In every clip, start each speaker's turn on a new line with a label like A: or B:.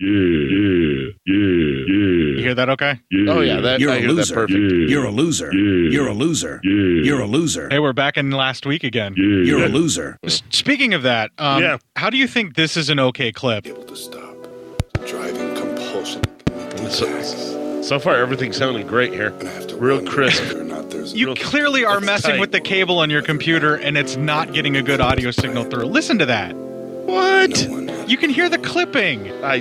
A: Yeah, yeah, yeah, yeah.
B: You hear that okay?
A: yeah.
C: Oh yeah, that,
D: You're
C: I
D: a
C: hear that
D: loser.
C: perfect.
A: Yeah.
D: You're a loser.
A: Yeah.
D: You're a loser.
A: Yeah.
D: You're a loser.
B: Hey, we're back in last week again.
A: yeah.
D: You're a loser.
B: S- Speaking of that, um,
C: Yeah.
B: how do you think this is an okay clip?
E: able to stop the driving compulsion.
C: So- So far, everything's sounding great here.
E: And I have to
C: Real
E: wonder
C: crisp.
E: whether or not there's
B: You
C: Real-
B: clearly are
C: it's
B: messing
C: tight.
B: with the cable on your computer and it's not getting a good audio signal through. Listen to that.
C: What?
E: no one had
B: You can hear the clipping.
C: I,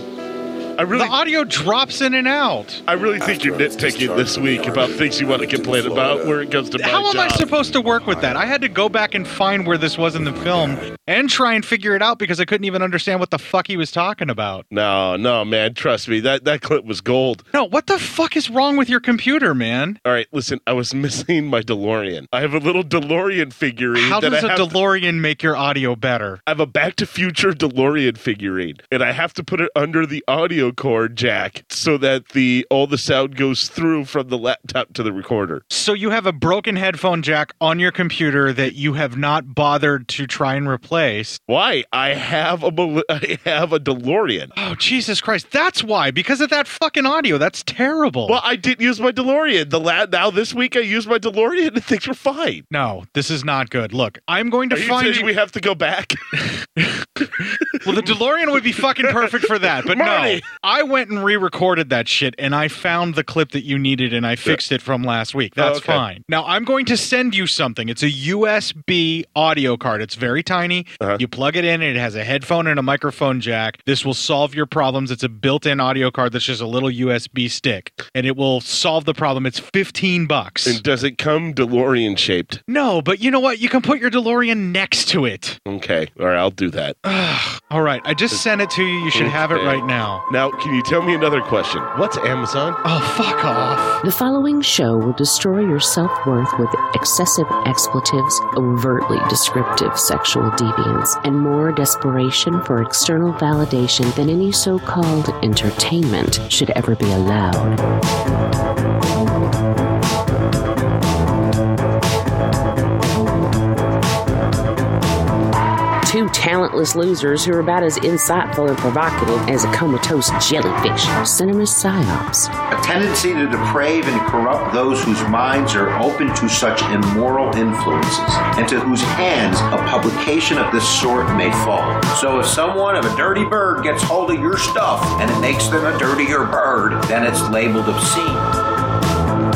C: I
B: The
C: really,
B: audio drops in and out.
C: I really think you're nitpicking this week about things you want to complain about where it comes to my
B: How am I
C: job.
B: supposed to work with that? I had to go back and find where this was in the film and try and figure it out because I couldn't even understand what the fuck he was talking about.
C: No, no, man. Trust me. That that clip was gold.
B: No, what the fuck is wrong with your computer, man?
C: All right, listen. I was missing my DeLorean. I have a little DeLorean figurine.
B: How
C: that
B: does
C: I
B: a
C: have
B: DeLorean make your audio better?
C: I have a Back to Future DeLorean figurine, and I have to put it under the audio cord jack so that the all the sound goes through from the laptop to the recorder.
B: So you have a broken headphone jack on your computer that you have not bothered to try and replace.
C: Why? I have a mil- I have a DeLorean.
B: Oh, Jesus Christ. That's why. Because of that fucking audio. That's terrible.
C: Well, I didn't use my DeLorean. The la- now this week I used my DeLorean and things were fine.
B: no, this is not good. Look, I'm going to
C: Are you
B: find
C: saying
B: you.
C: we have to go back?
B: Well, the DeLorean would be fucking perfect for that, but no.
C: Marty!
B: I went and re-recorded that shit, and I found the clip that you needed, and I fixed it from last week. That's
C: okay.
B: fine. Now I'm going to send you something. It's a USB audio card. It's very tiny.
C: Uh-huh.
B: You plug it in, and it has a headphone and a microphone jack. This will solve your problems. It's a built-in audio card that's just a little USB stick, and it will solve the problem. It's fifteen bucks.
C: and does it come DeLorean shaped?
B: no, but you know what? You can put your DeLorean next to it.
C: Okay, all right, I'll do that.
B: All right, I just sent it to you. You should have it
C: Okay.
B: right now.
C: Now, can you tell me another question? What's Amazon?
B: Oh, fuck off.
F: The following show will destroy your self worth with excessive expletives, overtly descriptive sexual deviance, and more desperation for external validation than any so called entertainment should ever be allowed. Two talentless losers who are about as insightful and provocative as a comatose jellyfish. Cinema Psyops.
G: A tendency to deprave and corrupt those whose minds are open to such immoral influences, and to whose hands a publication of this sort may fall. So, if someone of a dirty bird gets hold of your stuff and it makes them a dirtier bird, then it's labeled obscene.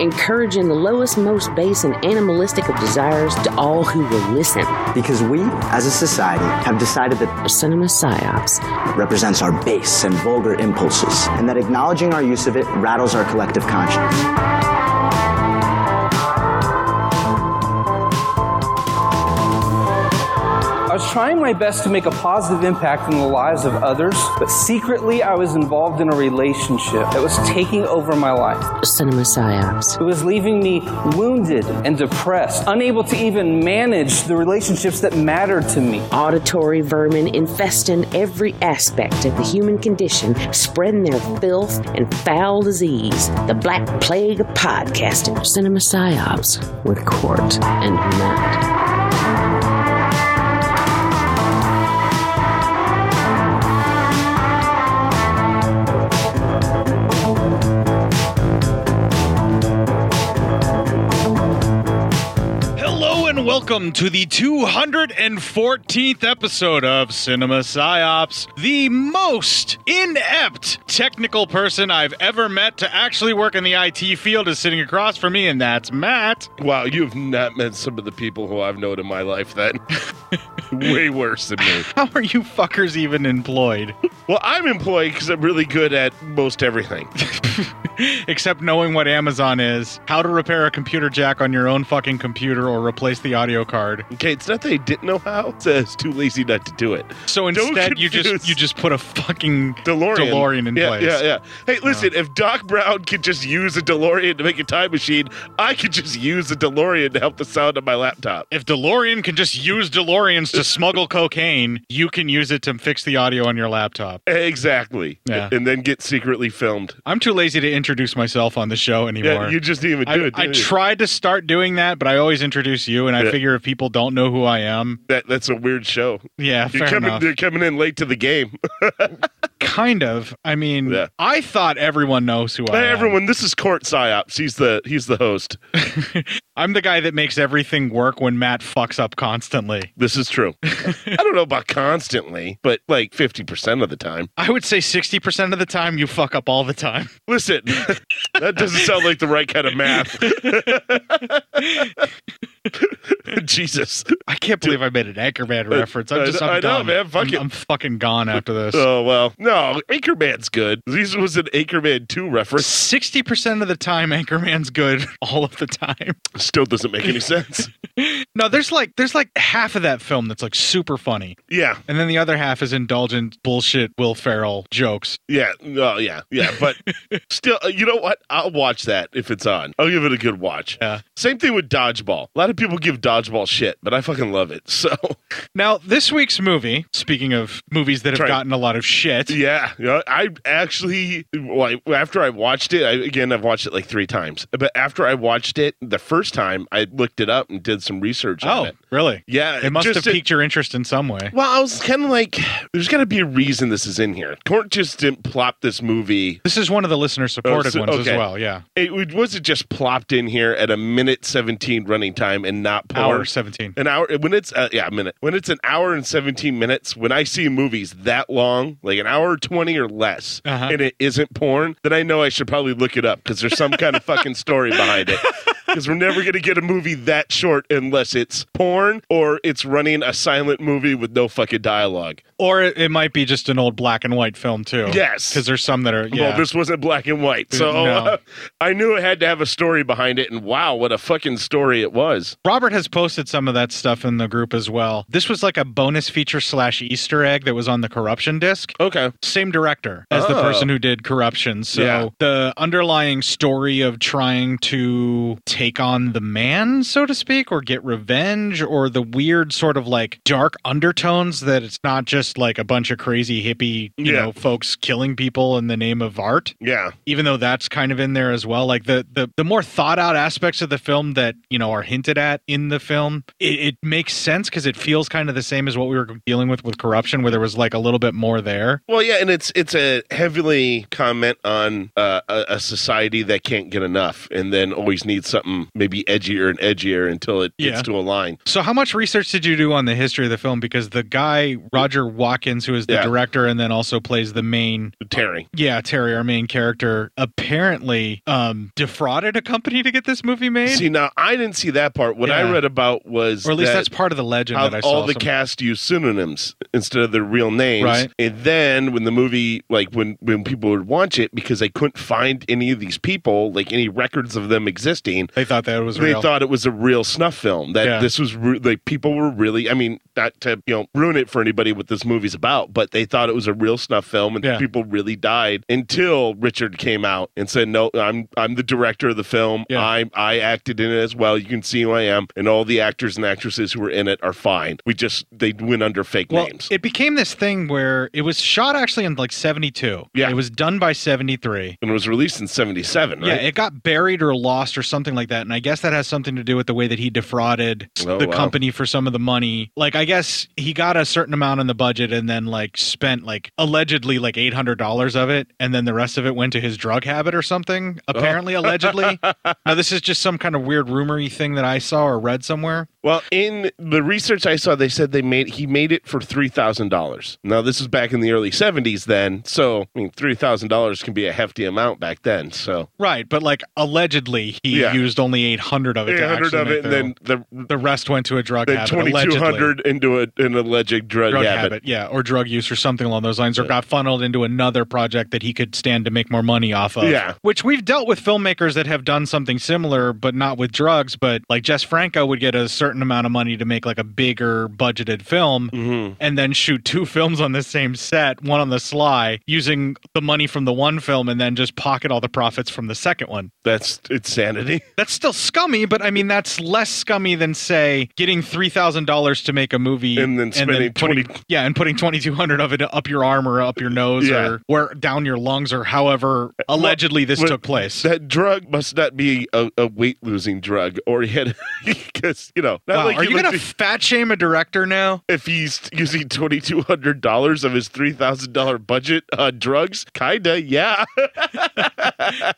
F: encouraging the lowest, most base, and animalistic of desires to all who will listen.
H: Because we, as a society, have decided that
F: Cinema Psyops.
H: represents our base and vulgar impulses, and that acknowledging our use of it rattles our collective conscience.
I: I was trying my best to make a positive impact on the lives of others, but secretly I was involved in a relationship that was taking over my life.
F: Cinema Psyops.
I: It was leaving me wounded and depressed, unable to even manage the relationships that mattered to me.
F: Auditory vermin infesting every aspect of the human condition, spreading their filth and foul disease. The Black Plague of podcasting. Cinema Psyops with Court and Matt.
B: Hello and welcome to the 214th episode of Cinema Psyops, the most inept technical person I've ever met to actually work in the IT field is sitting across from me, and that's Matt.
C: Wow, you have not met some of the people who I've known in my life then. Way worse than me.
B: How are you fuckers even employed?
C: Well, I'm employed because I'm really good at most everything.
B: Except knowing what Amazon is, how to repair a computer jack on your own fucking computer or replace replace the audio card.
C: Okay, it's not that they didn't know how. It's that it's too lazy not to do it.
B: So
C: Don't
B: instead, you just
C: confuse
B: you just put a fucking
C: DeLorean.
B: DeLorean in
C: yeah,
B: place.
C: Yeah, yeah. Hey, listen, if Doc Brown could just use a DeLorean to make a time machine, I could just use a DeLorean to help the sound of my laptop.
B: If DeLorean can just use DeLoreans to smuggle cocaine, you can use it to fix the audio on your laptop.
C: Exactly.
B: Yeah.
C: And then get secretly filmed.
B: I'm too lazy to introduce myself on the show anymore.
C: Yeah, you just didn't even do
B: I,
C: it.
B: I
C: did you?
B: tried to start doing that, but I always introduce you, and I
C: Yeah.
B: figure if people don't know who I am,
C: that, that's a weird show.
B: yeah,
C: You're
B: fair
C: coming,
B: enough.
C: They're coming in late to the game.
B: Kind of. I mean,
C: Yeah.
B: I thought everyone knows who I
C: Hey,
B: am.
C: everyone, this is Court Psyops. He's the he's the host.
B: I'm the guy that makes everything work when Matt fucks up constantly.
C: This is true. I don't know about constantly, but like fifty percent of the time.
B: I would say 60% of the time you fuck up all the time.
C: Listen, that doesn't sound like the right kind of math. Jesus.
B: I can't believe I made an Anchorman reference. I'm
C: Uh, I-
B: just, I'm
C: I know,
B: done.
C: man. Fuck
B: I'm,
C: it.
B: I'm fucking gone after this.
C: Oh well. No, Anchorman's good. This was an Anchorman two reference.
B: 60% of the time Anchorman's good all of the time.
C: Still doesn't make any sense.
B: No, there's like there's like half of that film that's like super funny.
C: Yeah,
B: And then the other half is indulgent bullshit Will Ferrell jokes.
C: yeah, no, yeah, yeah. But still, uh, you know what? I'll watch that if it's on. I'll give it a good watch.
B: Yeah.
C: Same thing with Dodgeball. A lot of people give Dodgeball shit, but I fucking love it. So
B: Now, this week's movie, speaking of movies that have
C: Right.
B: gotten a lot of shit,
C: Yeah, you know, I actually like after I watched it. I, again, I've watched it like three times, but after I watched it the first time, I looked it up and did some research on
B: Oh,
C: it.
B: really?
C: Yeah,
B: It must
C: just
B: have
C: it-
B: piqued your interest in some way.
C: Well, I was kind of like, there's got to be a reason this is in here. Court just didn't plop this movie.
B: This is one of the listener supported
C: Oh, so-
B: ones as
C: okay.
B: well. Yeah.
C: It, it wasn't just plopped in here at a minute 17 running time and not pour.
B: Hour 17.
C: an hour when it's uh, yeah a minute when it's an hour and 17 minutes when i see movies that long like an hour 20 or less
B: Uh-huh.
C: and it isn't porn then i know i should probably look it up because there's some kind of fucking story behind it because we're never going to get a movie that short unless it's porn or it's running a silent movie with no fucking dialogue
B: Or it, it might be just an old black and white film, too.
C: Yes.
B: Because there's some that are. Yeah.
C: Well, this wasn't black and white, so
B: No.
C: I knew it had to have a story behind it. And wow, what a fucking story it was!
B: Robert has posted some of that stuff in the group as well. This was like a bonus feature slash Easter egg that was on the corruption disc.
C: Okay,
B: Same director as the
C: Oh.
B: person who did corruption. So
C: Yeah.
B: the underlying story of trying to take on the man, so to speak, or get revenge, or the weird sort of like dark undertones that it's not just like a bunch of crazy hippie, you
C: Yeah.
B: know, folks killing people in the name of art
C: yeah,
B: even though that's kind of in there as well like the the, the more thought out aspects of the film that you know are hinted at in the film it, it makes sense because it feels kind of the same as what we were dealing with with corruption where there was like a little bit more there
C: Well, yeah, and it's it's a heavily comment on uh, a, a society that can't get enough, and then always needs something maybe edgier and edgier until it
B: Yeah.
C: gets to a line.
B: so how much research did you do on the history of the film because the guy roger watkins who is the
C: Yeah.
B: director and then also plays the main
C: Terry,
B: yeah terry our main character apparently um defrauded a company to get this movie made
C: see now I didn't see that part. What
B: Yeah.
C: I read about was
B: or at least
C: that
B: that's part of the legend
C: how
B: that i saw
C: all the
B: some-
C: cast use pseudonyms instead of their real names,
B: Right.
C: and then when the movie like when when people would watch it because they couldn't find any of these people like any records of them existing,
B: they thought that was
C: they
B: real
C: thought it was a real snuff film that
B: Yeah.
C: this was re- like people were really i mean not to you know ruin it for anybody what this movie's about but they thought it was a real snuff film and
B: Yeah.
C: people really died until richard came out and said no i'm i'm the director of the film
B: Yeah.
C: i i acted in it as well you can see who i am and all the actors and actresses who were in it are fine we just they went under fake
B: Well,
C: names
B: it became this thing where it was shot actually in like 72.
C: Yeah.
B: It was done by 73.
C: and it was released in 77 right
B: Yeah, it got buried or lost or something like that. And I guess that has something to do with the way that he defrauded
C: Oh,
B: the
C: wow.
B: company for some of the money. Like, I guess he got a certain amount on the budget and then, like, spent, like, allegedly, like $800 of it. And then the rest of it went to his drug habit or something,
C: Oh.
B: apparently, allegedly. Now, this is just some kind of weird rumory thing that I saw or read somewhere.
C: Well, in the research I saw, they said they made he made it for three thousand dollars. Now this was back in the early seventies, then. So I mean, three thousand dollars can be a hefty amount back then. So
B: Right. But, like, allegedly, he
C: Yeah.
B: used only 800 of it.
C: eight
B: to
C: hundred
B: actually
C: of
B: make
C: it,
B: the-
C: and then the
B: the rest went to a drug
C: then
B: habit.
C: twenty two
B: allegedly.
C: hundred into a, an alleged drug,
B: drug habit.
C: habit.
B: yeah, or drug use or something along those lines, or got funneled into another project that he could stand to make more money off of.
C: Yeah.
B: which we've dealt with filmmakers that have done something similar, but not with drugs. But like Jess Franco would get a certain certain amount of money to make like a bigger budgeted film
C: Mm-hmm.
B: and then shoot two films on the same set, one on the sly, using the money from the one film and then just pocket all the profits from the second one.
C: That's insanity.
B: That's still scummy, but I mean that's less scummy than say getting three thousand dollars to make a movie
C: And then spending
B: putting,
C: 20
B: yeah, and putting twenty two hundred of it up your arm or up your nose
C: Yeah.
B: or where down your lungs or however allegedly this
C: Well,
B: took place.
C: That drug must not be a, a weight losing drug, or he had because you know. Not
B: Wow,
C: like
B: are
C: he
B: you gonna
C: looked-
B: fat shame a director now?
C: if he's using twenty two hundred dollars of his three thousand dollar budget on drugs? Kinda, yeah.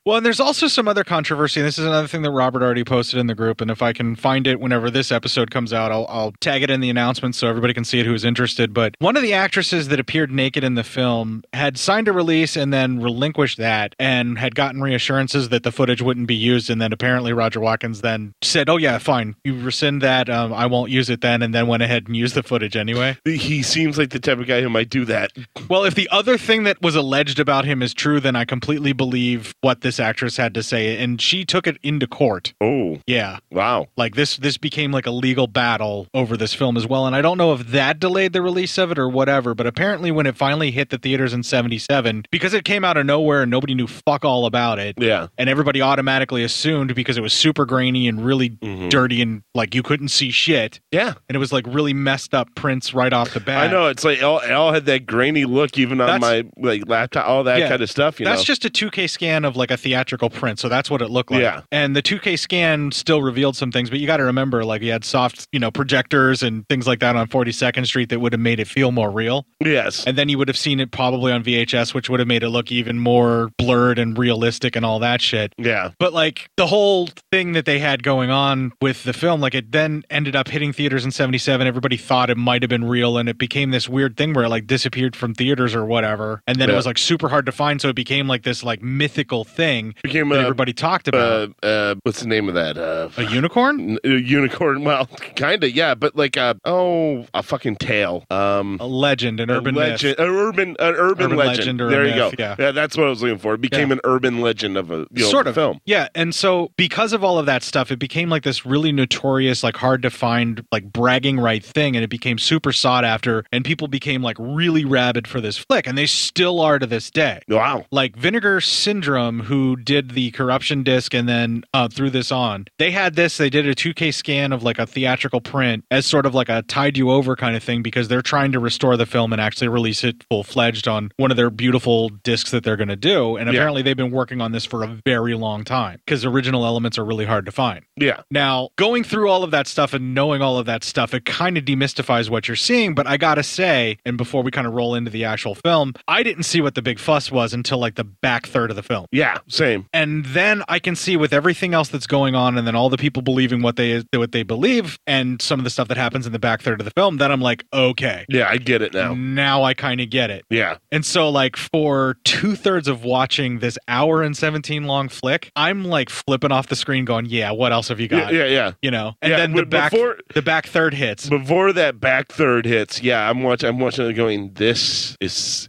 B: Well, and there's also some other controversy. This is another thing that Robert already posted in the group, and if I can find it whenever this episode comes out, I'll, I'll tag it in the announcement so everybody can see it who's interested. But one of the actresses that appeared naked in the film had signed a release and then relinquished that, and had gotten reassurances that the footage wouldn't be used. And then apparently Roger Watkins then said, "Oh yeah, fine, you rescind that. Um, I won't use it then," and then went ahead and used the footage anyway.
C: he seems like the type of guy who might do that.
B: Well, if the other thing that was alleged about him is true, then I completely believe what this actress had to say, and she took it into court.
C: Oh
B: Yeah.
C: wow.
B: Like this this became like a legal battle over this film as well and I don't know if that delayed the release of it or whatever but apparently when it finally hit the theaters in 77 because it came out of nowhere and nobody knew fuck all about it
C: Yeah.
B: and everybody automatically assumed because it was super grainy and really
C: Mm-hmm.
B: dirty and like you couldn't see shit
C: Yeah.
B: and it was like really messed up prints right off the bat
C: I know it's like it all, it all had that grainy look, even
B: That's-
C: on my like laptop, all that
B: Yeah.
C: kind of stuff. You
B: that's
C: know,
B: just a 2K scan of like a theatrical print, so that's what it looked like.
C: Yeah.
B: And the 2K scan still revealed some things, but you got to remember, like you had soft, you know, projectors and things like that on 42nd Street that would have made it feel more real.
C: yes,
B: And then you would have seen it probably on VHS, which would have made it look even more blurred and realistic and all that shit.
C: yeah.
B: But like the whole thing that they had going on with the film, like it then ended up hitting theaters in '77. Everybody thought it might have been real, and it became this weird thing where it like disappeared from theaters or whatever, and then it
C: Yeah.
B: was like super hard to find. So it became like this like mythical thing
C: Became
B: that
C: a,
B: everybody talked about.
C: uh, uh, what's the name of that? Uh,
B: a unicorn,
C: n- uh, unicorn. Well, kind of, yeah, but like a oh, a fucking tail. Um,
B: a legend, an
C: a
B: urban myth.
C: legend, an urban, an urban,
B: Urban
C: legend.
B: legend or a
C: there you
B: myth,
C: go.
B: yeah.
C: that's what I was looking for. It became
B: Yeah.
C: an urban legend of a you know,
B: sort of
C: film.
B: yeah and so because of all of that stuff it became like this really notorious like hard to find like bragging right thing and it became super sought after and people became like really rabid for this flick and they still are to this day
C: Wow.
B: like Vinegar Syndrome, who did the corruption disc and then uh, threw this on. They had this. They did a 2K scan of like a theatrical print as sort of like a tide you over kind of thing because they're trying to restore the film and actually release it full fledged on one of their beautiful discs that they're going to do. And
C: Yeah.
B: apparently they've been working on this for a very long time because original elements are really hard to find.
C: Yeah.
B: Now, going through all of that stuff and knowing all of that stuff, it kind of demystifies what you're seeing. But I gotta say, and before we kind of roll into the actual film, I didn't see what the big fuss was until like the back third of the film.
C: Yeah. Same.
B: And then I can see with everything else that's going on, and then all the people believing what they what they believe, and some of the stuff that happens in the back third of the film. Then I'm like, okay,
C: Yeah, I get it now.
B: now I kind of get it.
C: Yeah.
B: And so, like, for two thirds of watching this hour and 17 long flick, I'm like flipping off the screen going, yeah, what else have you
C: Yeah.
B: got?
C: Yeah. Yeah.
B: you know and
C: Yeah,
B: then the
C: but
B: back
C: before-
B: the back third hits
C: Before that back third hits, yeah, I'm watching. I'm watching it going. This is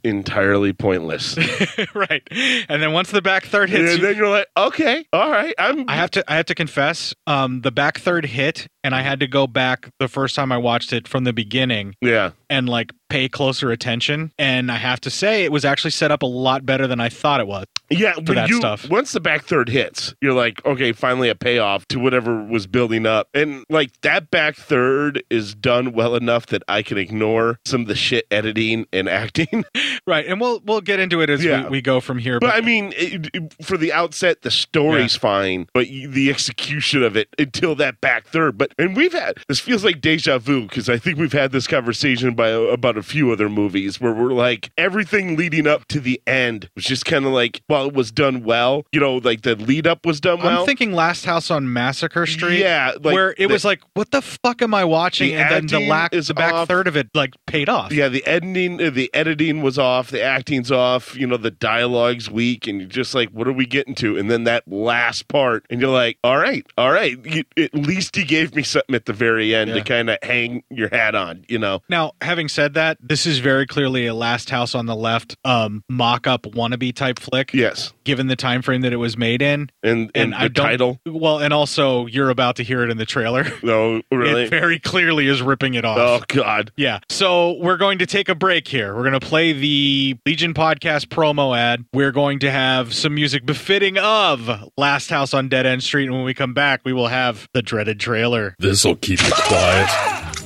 C: entirely pointless.
B: right and then once the back third hits
C: and
B: you-
C: then you're like, okay, all right, I'm.
B: I have to I have to confess um the back third hit and I had to go back the first time I watched it from the beginning
C: yeah,
B: and like pay closer attention and I have to say it was actually set up a lot better than I thought it was.
C: yeah. when
B: that
C: you,
B: stuff.
C: Once the back third hits, you're like, okay, finally a payoff to whatever was building up, and like that back third is done well enough that I can ignore some of the shit editing and acting.
B: Right. And we'll we'll get into it as
C: Yeah.
B: we, we go from here
C: but I mean, it, it- for the outset, the story's fine, but you, the execution of it until that back third. But and we've had this feels like deja vu because I think we've had this conversation by about a few other movies where we're like everything leading up to the end was just kind of like well, it was done well, you know, like the lead up was done well.
B: I'm thinking Last House on Massacre Street.
C: Yeah, like
B: where it
C: the-
B: was like, what the fuck am I watching?
C: The
B: and then the
C: acting
B: lack,
C: is
B: the back
C: off.
B: third of it like paid off.
C: yeah, the editing, uh, the editing was off, the acting's off, you know, the dialogue's weak, and you're just like, what are we getting to? And then that last part, and you're like, all right, all right, you, at least he gave me something at the very end
B: Yeah.
C: to kind of hang your hat on, you know?
B: Now, having said that, this is very clearly a Last House on the Left um, mock-up wannabe type flick.
C: Yes.
B: Given the time frame that it was made in,
C: And and, the
B: don't-
C: title.
B: Well, and also you're about to hear it in the trailer.
C: No,
B: It
C: really.
B: very clearly is ripping it off.
C: Oh God.
B: Yeah. So we're going to take a break here. We're going to play the Legion podcast promo ad. We're going to have some music befitting of Last House on Dead End Street. And when we come back, we will have the dreaded trailer.
J: This'll keep it quiet.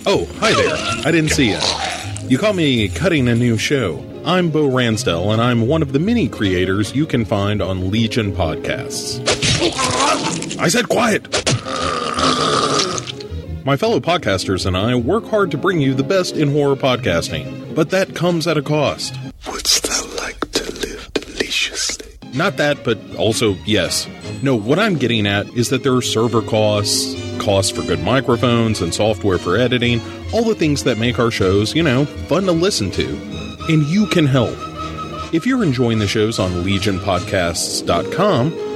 J: Oh, hi there. I didn't see you. You caught me cutting a new show. I'm Bo Ransdell, and I'm one of the many creators you can find on Legion Podcasts. I said quiet! My fellow podcasters and I work hard to bring you the best in horror podcasting, but that comes at a cost.
E: Wouldst thou like to live deliciously?
J: Not that, but also, yes. No, what I'm getting at is that there are server costs, costs for good microphones and software for editing, all the things that make our shows, you know, fun to listen to. And you can help. If you're enjoying the shows on legionpodcasts.com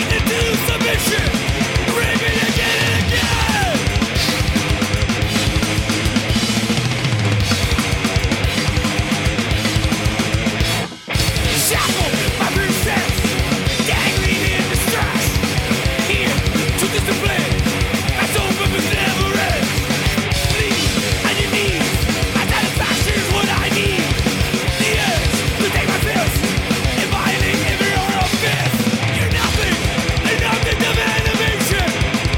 H: Submission! Bring it again and again! Shuffle my princess, dangling in distress. Here to discipline, my sole purpose never ends. Please, on your knees, my satisfaction is what I need. The urge to take my fist and violate every order of fist. You're nothing, an object of animation,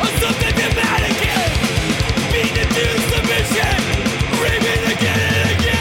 H: a something to mannequin. Beaten into submission, raving again and again.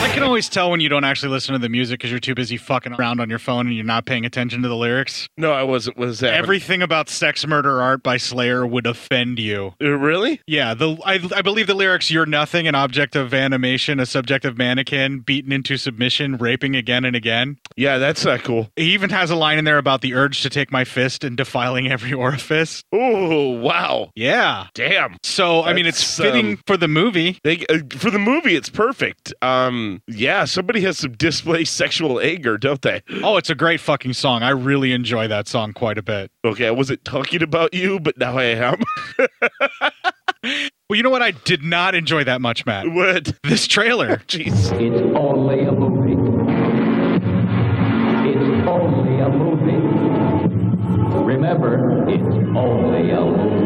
B: I can always tell when you don't actually listen to the music because you're too busy fucking around on your phone and you're not paying attention to the lyrics.
C: No, I wasn't. Was that
B: Everything about Sex, Murder, Art by Slayer would offend you.
C: Uh, really?
B: Yeah, the I, I believe the lyrics "You're nothing, an object of animation, a subject of mannequin, beaten into submission, raping again and again."
C: Yeah, that's not cool.
B: He even has a line in there about the urge to take my fist and defiling every orifice.
C: Oh wow,
B: Yeah.
C: damn.
B: So I mean,
C: That's,
B: it's fitting
C: um,
B: for the movie.
C: They, uh, for the movie, it's perfect. Um, yeah, somebody has some display sexual anger, don't they?
B: Oh, it's a great fucking song. I really enjoy that song quite a bit.
C: Okay, I wasn't talking about you, but now I am.
B: Well, you know what? I did not enjoy that much, Matt.
C: what?
B: This trailer.
C: Jeez.
H: It's only a movie. It's only a movie. Remember, it's only a movie.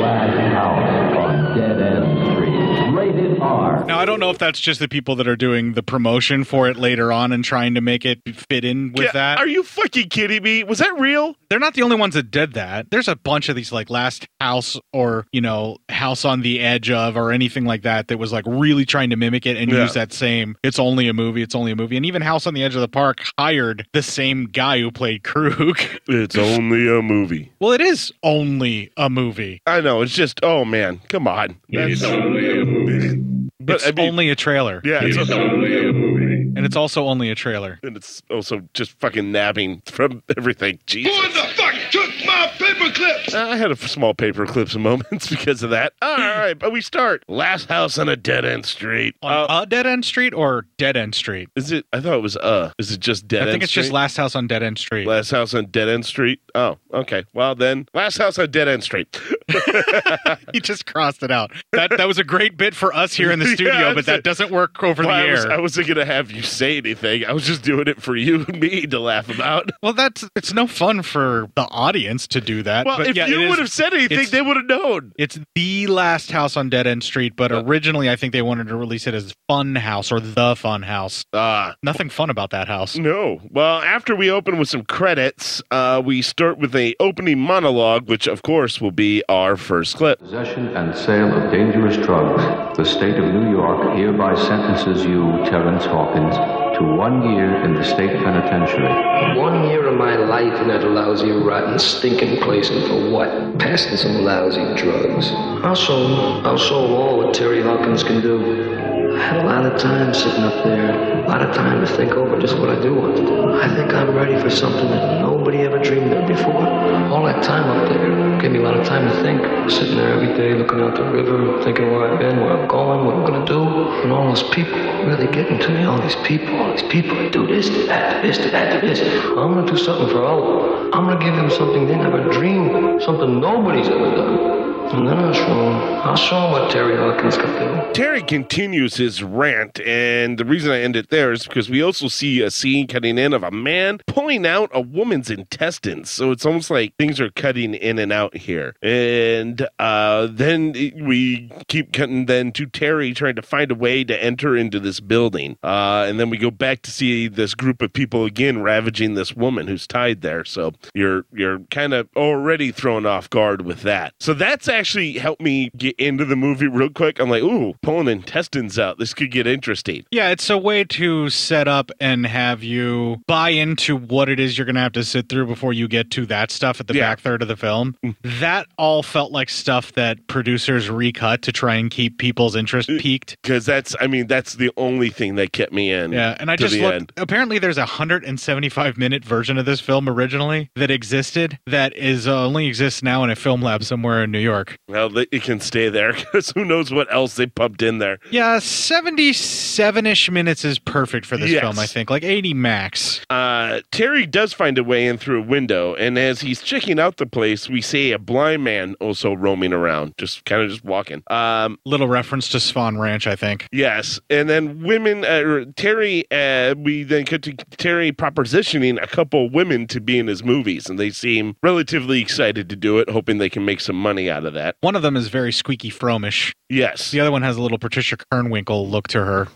H: Last House on Dead End Street. Rated R.
B: Now, I don't know if that's just the people that are doing the promotion for it later on and trying to make it fit in with
C: Yeah,
B: that.
C: Are you fucking kidding me? Was that real?
B: They're not the only ones that did that. There's a bunch of these, like Last House or, you know, House on the Edge of or anything like that, that was like really trying to mimic it and
C: Yeah.
B: use that same, it's only a movie, it's only a movie. And even House on the Edge of the Park hired the same guy who played Krug.
C: It's only a movie.
B: well, it is only a movie,
C: I know. It's just. Oh man, come on. That's-
A: It's only a movie.
C: but,
B: it's
C: I mean,
B: only a trailer.
C: Yeah, it's
A: It's only a movie.
C: movie.
B: And it's also only a trailer.
C: And it's also just fucking nabbing from everything. Jesus. Uh,
H: Who in the fuck took my paper clips?
C: I had a f- small paper clips of moments because of that. All right, but we start. Last house on a dead end street.
B: On a dead end street or dead end street?
C: Is it? I thought it was uh. Is it just
B: I
C: dead? end
B: think it's
C: street?
B: just Last House on Dead End Street.
C: Last house on dead end street. Oh, okay. Well then, last house on dead end street.
B: He just crossed it out. That that was a great bit for us here in the
C: Yeah,
B: studio, but
C: that's
B: that
C: it.
B: doesn't work over
C: Well,
B: the
C: I, was,
B: air.
C: I wasn't gonna have you say anything. I was just doing it for you and me to laugh about.
B: well, that's it's no fun for the audience to do that.
C: Well,
B: but
C: if
B: yeah, it
C: you
B: is-
C: would have said anything,
B: it's-
C: they would have known.
B: It's the last house on Dead End Street, but originally I think they wanted to release it as Fun House or The Fun House.
C: Ah,
B: Nothing fun about that house.
C: No. Well, after we open with some credits, uh, we start with a opening monologue, which of course will be our first clip.
K: Possession and sale of dangerous drugs. The state of New York hereby sentences you, Terrence Hawkins, to one year in the state penitentiary.
L: One year of my life in that lousy, rotten, stinking place, and for what? Passing some lousy drugs. I'll show 'em. I'll show 'em all what Terry Hawkins can do. I had a lot of time sitting up there, a lot of time to think over just what I do want to do. I think I'm ready for something that nobody ever dreamed of before. All that time up there gave me a lot of time to think. Sitting there every day looking out the river, thinking where I've been, where I'm going, what I'm going to do. And all those people really getting to me, all these people, all these people that do this, do that, do this, do that, do this. I'm going to do something for all of them. I'm going to give them something they never dreamed of, something nobody's ever done. And then I'll show them, I'll show 'em what Terry Hawkins can do.
C: Terry continues his rant, and the reason I end it there is because we also see a scene cutting in of a man pulling out a woman's intestines. So it's almost like things are cutting in and out here. And uh, then it- we keep cutting then to Terry trying to find a way to enter into this building. Uh, and then we go back to see this group of people again ravaging this woman who's tied there. So you're you're kind of already thrown off guard with that. So that's actually helped me get into the movie real quick. I'm like, ooh, pulling intestines out. This could get interesting.
B: Yeah, it's a way to set up and have you buy into what it is you're going to have to sit through before you get to that stuff at the back third of the film.
C: Mm.
B: That all felt like stuff that producers recut to try and keep people's interest
C: Mm.
B: peaked.
C: Because that's, I mean, that's the only thing that kept me in.
B: Yeah, and I
C: Mm. to
B: just
C: the
B: looked.
C: end.
B: Apparently, there's a 175 minute version of this film originally that existed that is uh, only exists now in a film lab somewhere in New York.
C: Well, they- it can stay there because who knows what else they pumped in there.
B: Yeah, 77 ish minutes is perfect for this
C: Yes.
B: film, I think. Like 80 max.
C: Uh, Terry does find a way in through a window, and as he's checking out the place, we see a blind man also roaming around, just kind of just walking. Um,
B: Little reference to Swan Ranch, I think.
C: yes, and then women. Uh, or Terry, uh, we then cut to Terry propositioning a couple women to be in his movies, and they seem relatively excited to do it, hoping they can make some money out of that.
B: One of them is very squeaky fromish.
C: Yes.
B: The other one has a little Patricia Kernwinkle look to her.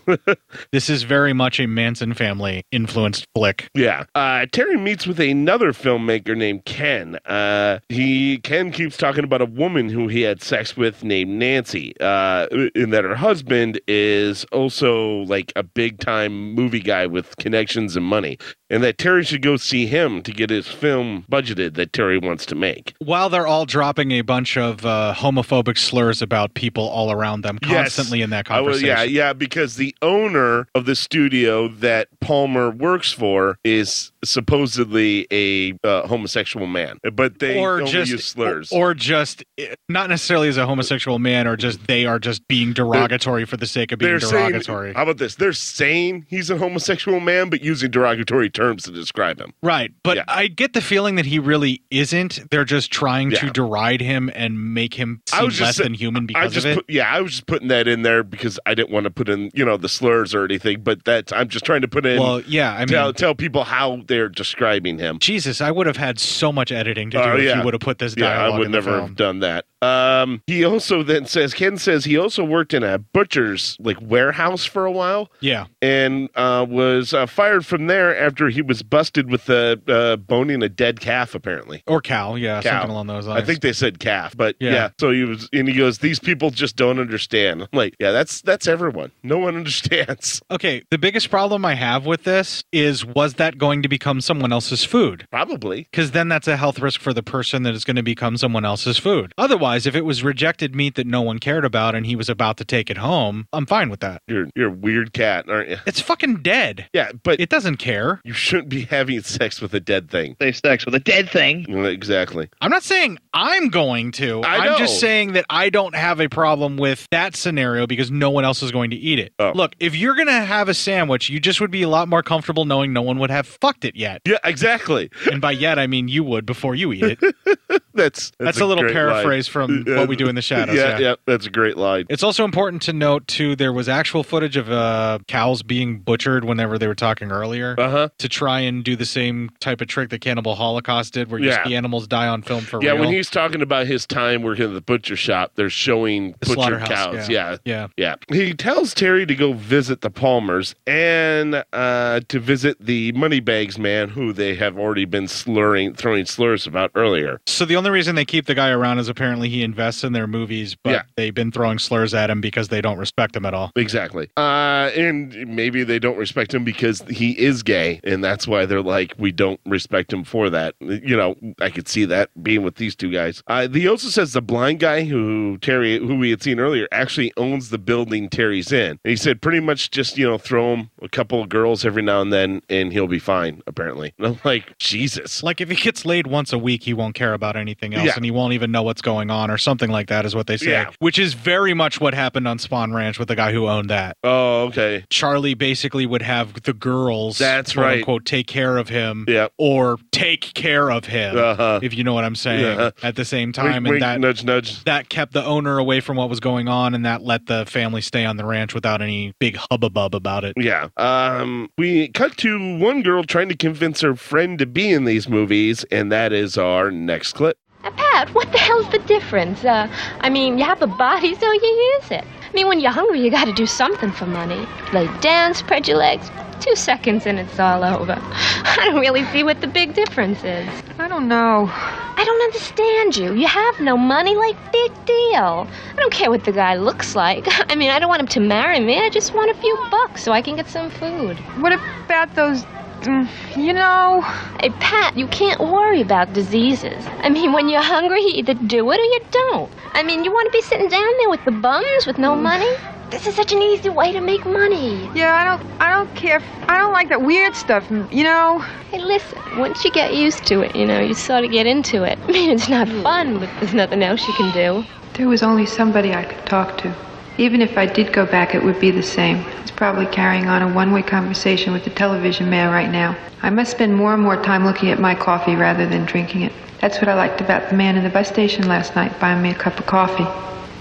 B: this is very much a Manson family influenced flick.
C: Yeah. Uh, Terry meets with another filmmaker named Ken. Uh, he Ken keeps talking about a woman who he had sex with named Nancy, uh, and that her husband is also like a big time movie guy with connections and money, and that Terry should go see him to get his film budgeted that Terry wants to make.
B: While they're all dropping a bunch of uh, homophobic slurs about people all around them constantly in that
C: I will-
B: conversation.
C: yeah, yeah, because the owner of the studio that Palmer works for is supposedly a uh, homosexual man, but they only use slurs.
B: Or, just eh, not necessarily as a homosexual man, or just they are just being derogatory for the sake of being
C: they're
B: derogatory.
C: saying, how about this? They're saying he's a homosexual man, but using derogatory terms to describe him.
B: Right, but I get the feeling that he really isn't. They're just trying to
C: Yeah.
B: deride him and make him seem less
C: sa-
B: than human
C: I
B: because
C: just
B: of it.
C: Put, yeah, I was just putting that in there because I didn't want to put in you know the slurs or anything. But that's I'm just trying to put in.
B: Well, yeah, I mean-
C: tell, tell people how they're describing him.
B: Jesus, I would have had so much editing to do
C: Oh,
B: if
C: yeah.
B: you would have put this
C: Yeah,
B: dialogue
C: I would
B: in the
C: never
B: film.
C: have done that. Um, he also then says Ken says he also worked in a butcher's like warehouse for a while
B: Yeah,
C: and uh, was uh, fired from there after he was busted with uh, uh, boning a dead calf apparently.
B: or Cal, yeah,
C: Cow.
B: something along those lines.
C: I think they said calf, but
B: Yeah.
C: yeah. So he was, and he goes, "These people just don't understand." I'm like, yeah, that's that's everyone. No one understands.
B: Okay, the biggest problem I have with this is was that going to become someone else's food?
C: Probably.
B: Because then that's a health risk for the person that is going to become someone else's food. Otherwise, realize if it was rejected meat that no one cared about and he was about to take it home, I'm fine with that.
C: You're you're a weird cat, aren't you?
B: It's fucking dead.
C: Yeah, but
B: it doesn't care.
C: You shouldn't be having sex with a dead thing.
M: They have sex with a dead thing.
C: Exactly.
B: I'm not saying I'm going to.
C: I know.
B: I'm just saying that I don't have a problem with that scenario because no one else is going to eat it.
C: Oh.
B: Look, if you're going to have a sandwich, you just would be a lot more comfortable knowing no one would have fucked it yet.
C: Yeah, exactly.
B: And by yet, I mean you would before you eat it.
C: That's
B: That's a little
C: great line.
B: paraphrase from What We Do in the Shadows,
C: Yeah,
B: yeah.
C: that's a great line.
B: It's also important to note too. There was actual footage of uh, cows being butchered whenever they were talking earlier
C: Uh-huh.
B: to try and do the same type of trick that Cannibal Holocaust did, where just
C: Yeah.
B: the animals die on film for
C: yeah,
B: real.
C: when he's talking about his time working at the butcher shop, they're showing
B: The
C: butcher
B: slaughterhouse,
C: cows.
B: yeah.
C: Yeah.
B: Yeah.
C: yeah, He tells Terry to go visit the Palmers and uh, to visit the Moneybags man, who they have already been slurring, throwing slurs about earlier.
B: so the only reason they keep the guy around is apparently he invests in their movies, but
C: Yeah.
B: they've been throwing slurs at him because they don't respect him at all.
C: Exactly. Uh, and maybe they don't respect him because he is gay, and that's why they're like, we don't respect him for that. You know, I could see that being with these two guys. Uh, he also says the blind guy who Terry, who we had seen earlier, actually owns the building Terry's in. And he said pretty much just you know throw him a couple of girls every now and then, and he'll be fine. Apparently, and I'm like, Jesus.
B: Like if he gets laid once a week, he won't care about anything else,
C: Yeah.
B: and he won't even know what's going on or something like that is what they say.
C: Yeah.
B: Which is very much what happened on Spawn Ranch with the guy who owned that.
C: Oh, okay.
B: Charlie basically would have the girls,
C: That's
B: quote
C: right.
B: unquote, take care of him,
C: Yep.
B: or take care of him,
C: Uh-huh.
B: if you know what I'm saying.
C: Yeah.
B: At the same
C: Wink,
B: time,
C: wink,
B: and that
C: nudge, nudge.
B: that kept the owner away from what was going on, and that let the family stay on the ranch without any big hubbub about it.
C: Yeah. Um, we cut to one girl trying to convince her friend to be in these movies, and that is our next clip.
N: Uh, Pat, what the hell's the difference? Uh, I mean, you have a body, so you use it. I mean, when you're hungry, you gotta do something for money. Play dance, spread your legs. Two seconds and it's all over. I don't really see what the big difference is. I don't know. I don't understand you. You have no money, like, big deal. I don't care what the guy looks like. I mean, I don't want him to marry me. I just want a few bucks so I can get some food. What about those Mm, You know. Hey, Pat, you can't worry about diseases. I mean, when you're hungry, you either do it or you don't. I mean, you want to be sitting down there with the bums with no money? This is such an easy way to make money.
O: Yeah, I don't. I don't care. if- I don't like that weird stuff. You know.
N: Hey, listen. Once you get used to it, you know, you sort of get into it. I mean, it's not fun, but there's nothing else you can do.
O: There was only somebody I could talk to. Even if I did go back, it would be the same. He's probably carrying on a one way conversation with the television man right now. I must spend more and more time looking at my coffee rather than drinking it. That's what I liked about the man in the bus station last night buying me a cup of coffee.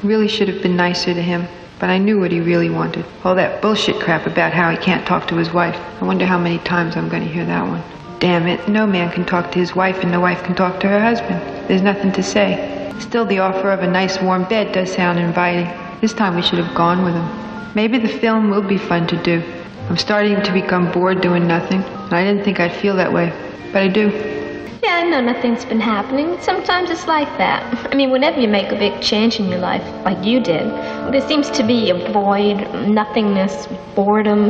O: Really should have been nicer to him, but I knew what he really wanted. All that bullshit crap about how he can't talk to his wife. I wonder how many times I'm going to hear that one. Damn it, no man can talk to his wife and no wife can talk to her husband. There's nothing to say. Still, the offer of a nice warm bed does sound inviting. This time we should have gone with him. Maybe the film will be fun to do. I'm starting to become bored doing nothing, and I didn't think I'd feel that way, but I do.
N: Yeah, I know nothing's been happening. Sometimes it's like that. I mean, whenever you make a big change in your life, like you did, there seems to be a void, nothingness, boredom.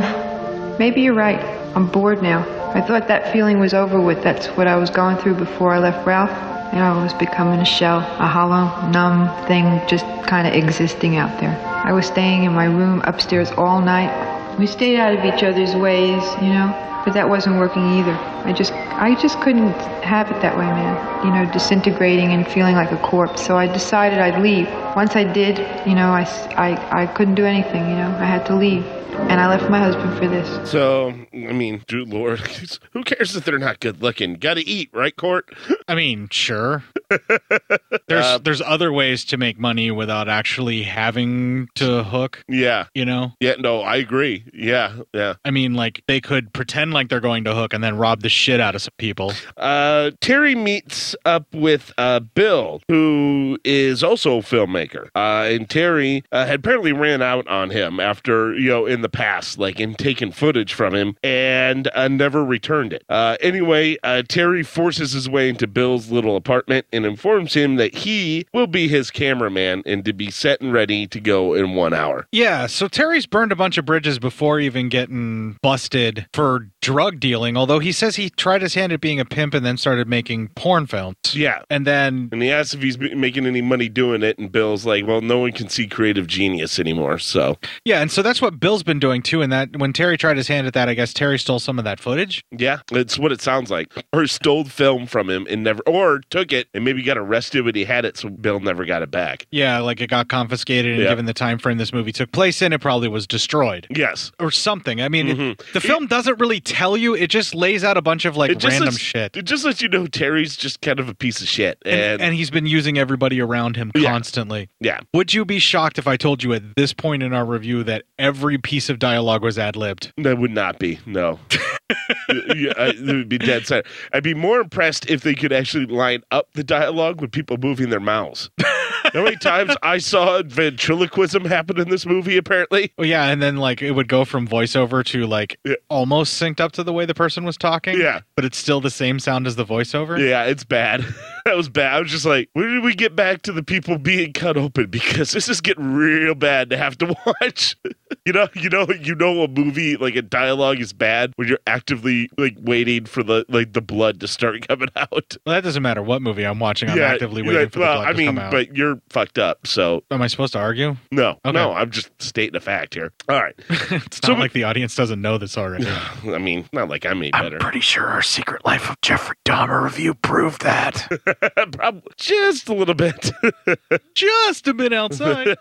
O: Maybe you're right. I'm bored now. I thought that feeling was over with. That's what I was going through before I left Ralph. And I was becoming a shell, a hollow, numb thing, just kind of existing out there. I was staying in my room upstairs all night. We stayed out of each other's ways, you know, but that wasn't working either. I just, I just couldn't have it that way, man. You know, disintegrating and feeling like a corpse. So I decided I'd leave. Once I did, you know, I, s- I- I couldn't do anything, you know, I had to leave. And I left my husband for this.
C: So, I mean, Drew Lord, who cares if they're not good looking? Got to eat, right, Court?
B: I mean, sure. There's there's other ways to make money without actually having to hook.
C: Yeah.
B: You know?
C: Yeah, no, I agree. Yeah, yeah.
B: I mean, like they could pretend like they're going to hook and then rob the shit out of some people.
C: Uh, Terry meets up with uh, Bill, who is also a filmmaker. Uh, and Terry uh, had apparently ran out on him after, you know, in the past, like, and taken footage from him and uh, never returned it. Uh, anyway, uh, Terry forces his way into Bill's little apartment and informs him that he will be his cameraman and to be set and ready to go in one hour.
B: Yeah, so Terry's burned a bunch of bridges before even getting busted for drug dealing, although he says he tried his hand at being a pimp and then started making porn films.
C: Yeah.
B: And then.
C: And he asks if he's b- making any money doing it, and Bill's like, well, no one can see creative genius anymore. So,
B: Yeah, and so that's what Bill's been doing too. And that when Terry tried his hand at that, I guess Terry stole some of that footage.
C: yeah, it's what it sounds like. Or stole film from him and never, or took it and maybe got arrested when he had it, so Bill never got it back.
B: Yeah, like it got confiscated, and
C: Yeah.
B: given the time frame this movie took place in, it probably was destroyed.
C: Yes.
B: Or something. I mean, it-
C: Mhm.
B: the film doesn't really tell you. It just lays out a bunch of like
C: It just
B: random
C: lets-
B: shit.
C: It just lets you know Terry's just kind of a piece of shit. And,
B: and, and he's been using everybody around him constantly.
C: Yeah.
B: Would you be shocked if I told you at this point in our review that every piece of dialogue was ad libbed?
C: That would not be. No. yeah, I, it would be dead silent. I'd be more impressed if they could actually line up the dialogue with people moving their mouths. How many times I saw ventriloquism happen in this movie? Apparently,
B: Well, Oh, yeah, and then like it would go from voiceover to like almost synced up to the way the person was talking.
C: Yeah.
B: but it's still the same sound as the voiceover.
C: Yeah, it's bad. that was bad. I was just like, where did we get back to the people being cut open? Because this is getting real bad to have to watch. you know, you know, you know, a movie like a dialogue is bad when you're actively like waiting for the like the blood to start coming out.
B: Well, that doesn't matter what movie I'm watching. I'm actively
C: you're
B: waiting
C: like,
B: for the
C: well,
B: blood
C: I
B: to
C: mean,
B: come out.
C: but you're fucked up. So
B: Am I supposed to argue?
C: no,
B: Okay.
C: no, I'm just stating a fact here. All right,
B: it's not like the audience doesn't know this already.
C: I mean, not like I'm any better.
B: pretty sure our Secret Life of Jeffrey Dahmer review proved that.
C: Prob- just a little bit.
B: just a bit outside.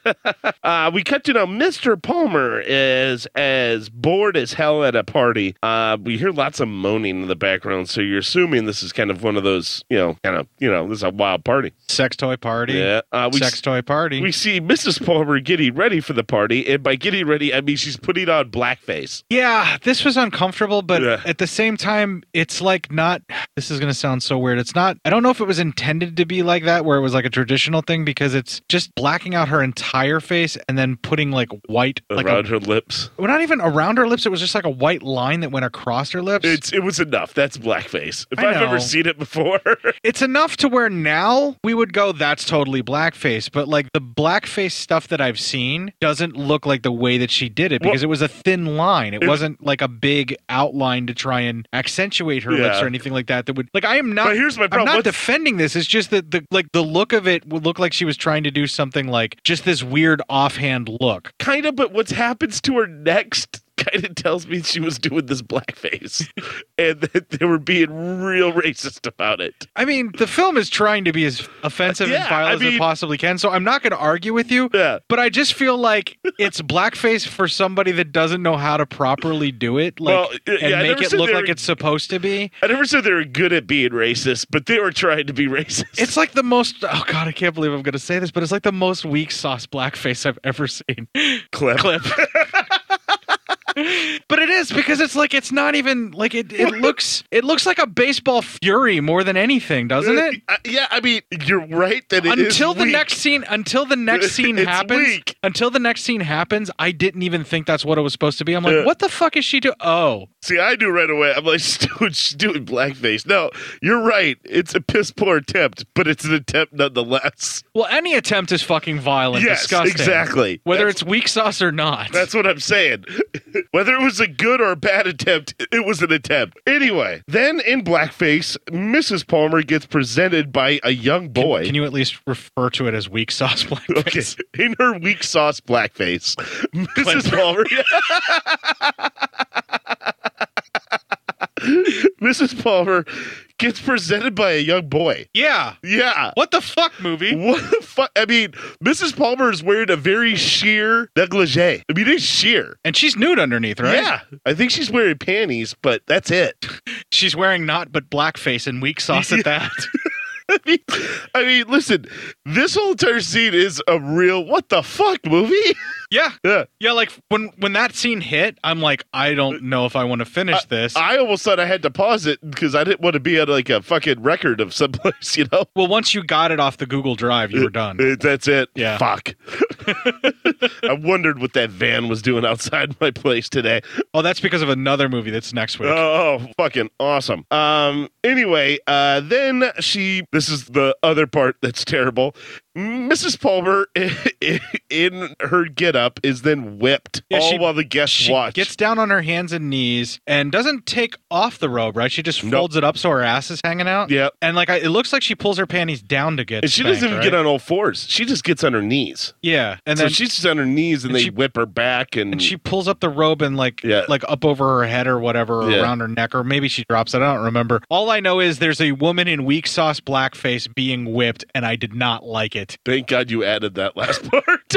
C: uh, we cut to now. Mr. Palmer is as bored as hell at a party. Uh, we hear lots of moaning in the background, so you're assuming this is kind of one of those, you know, kind of, you know, this is a wild party.
B: Sex toy party.
C: Yeah, uh, we
B: Sex
C: s-
B: toy party.
C: We see Mrs. Palmer getting ready for the party, and by getting ready, I mean she's putting on blackface.
B: Yeah, this was uncomfortable, but
C: Yeah.
B: at the same time, it's like not. This is going to sound so weird. It's not. I don't know if it was intended to be like that, where it was like a traditional thing, because it's just blacking out her entire face and then putting like white, like
C: around
B: a,
C: her lips.
B: well, not even around her lips. It was just like a white line that went across her lips.
C: It's it was enough. That's blackface. If
B: I
C: I've ever
B: know.
C: seen it before,
B: it's enough to where now we would go that's totally blackface but like the blackface stuff that i've seen doesn't look like the way that she did it because
C: Well-
B: it was a thin line it,
C: It-
B: wasn't like a big outline to try and accentuate her lips
C: Yeah.
B: or anything like that that would like i am not
C: But here's my problem.
B: i'm not
C: What's-
B: defending this it's just that the like the look of it would look like she was trying to do something like just this weird offhand look
C: kind of. But what happens to her next kind of tells me she was doing this blackface, and that they were being real racist about it.
B: I mean, the film is trying to be as offensive
C: Yeah,
B: and vile
C: I
B: as
C: mean-
B: it possibly can, so I'm not going to argue with you.
C: Yeah.
B: But I just feel like it's blackface for somebody that doesn't know how to properly do it, like
C: Well, yeah,
B: and
C: I
B: make
C: never
B: it
C: said
B: look
C: they
B: like
C: were-
B: it's supposed to be.
C: I never said they were good at being racist, but they were trying to be racist.
B: It's like the most. Oh God, I can't believe I'm going to say this, but it's like the most weak sauce blackface I've ever seen.
C: Clip.
B: Clip. but it is because it's like it's not even like it. It looks. It looks like a baseball fury more than anything, doesn't it?
C: Uh, yeah, I mean, you're right that it is
B: until the
C: weak.
B: next scene until the next scene
C: It's
B: happens
C: weak.
B: until the next scene happens i didn't even think that's what it was supposed to be i'm like
C: Yeah.
B: what the fuck is she doing oh
C: See, I knew right away. I'm like, she's doing, she's doing blackface. No, you're right. It's a piss poor attempt, but it's an attempt nonetheless.
B: well any attempt is fucking violent
C: Yes,
B: disgusting
C: exactly.
B: whether
C: That's-
B: it's weak sauce or not
C: That's what I'm saying. Whether it was a good or a bad attempt, it was an attempt. Anyway, then in blackface, Mrs. Palmer gets presented by a young boy.
B: can you at least refer to it as weak sauce
C: Okay.
B: blackface
C: In her weak sauce blackface, Mrs. Palmer. Mrs. Palmer gets presented by a young boy.
B: yeah
C: Yeah.
B: what the fuck movie
C: What the fuck? I mean, Mrs. Palmer is wearing a very sheer negligee. I mean, it's sheer.
B: and she's nude underneath right
C: Yeah. I think she's wearing panties, but that's it.
B: she's wearing not but blackface and weak sauce at that
C: I mean, I mean, listen, this whole entire scene is a real what the fuck movie?
B: yeah
C: yeah.
B: yeah like when when that scene hit i'm like i don't know if i want to finish this
C: I almost thought I had to pause it because I didn't want to be on like a fucking record of someplace, you know?
B: well once you got it off the google drive you were done
C: Uh, That's it.
B: Yeah.
C: Fuck. I wondered what that van was doing outside my place today.
B: Oh, that's because of another movie that's next week.
C: Oh, fucking awesome. Um anyway, uh then she this is the other part that's terrible. Mrs. Palmer, in her getup, is then whipped
B: Yeah,
C: all
B: she-
C: while the guests
B: She
C: watch.
B: gets down on her hands and knees and doesn't take off the robe, right? She just folds it up so her ass is hanging out.
C: Yeah.
B: And like I, it looks like she pulls her panties down to get
C: and she
B: spanked,
C: doesn't even get
B: right?
C: on all fours. She just gets on her knees.
B: Yeah. And
C: And so
B: then
C: she's just on her knees, and,
B: and
C: they
B: she-
C: whip her back, and,
B: she pulls up the robe and like like up over her head or whatever or
C: Yeah.
B: around her neck or maybe she drops it. I don't remember. All I know is there's a woman in weak sauce blackface being whipped and I did not like it.
C: Thank God you added that last part.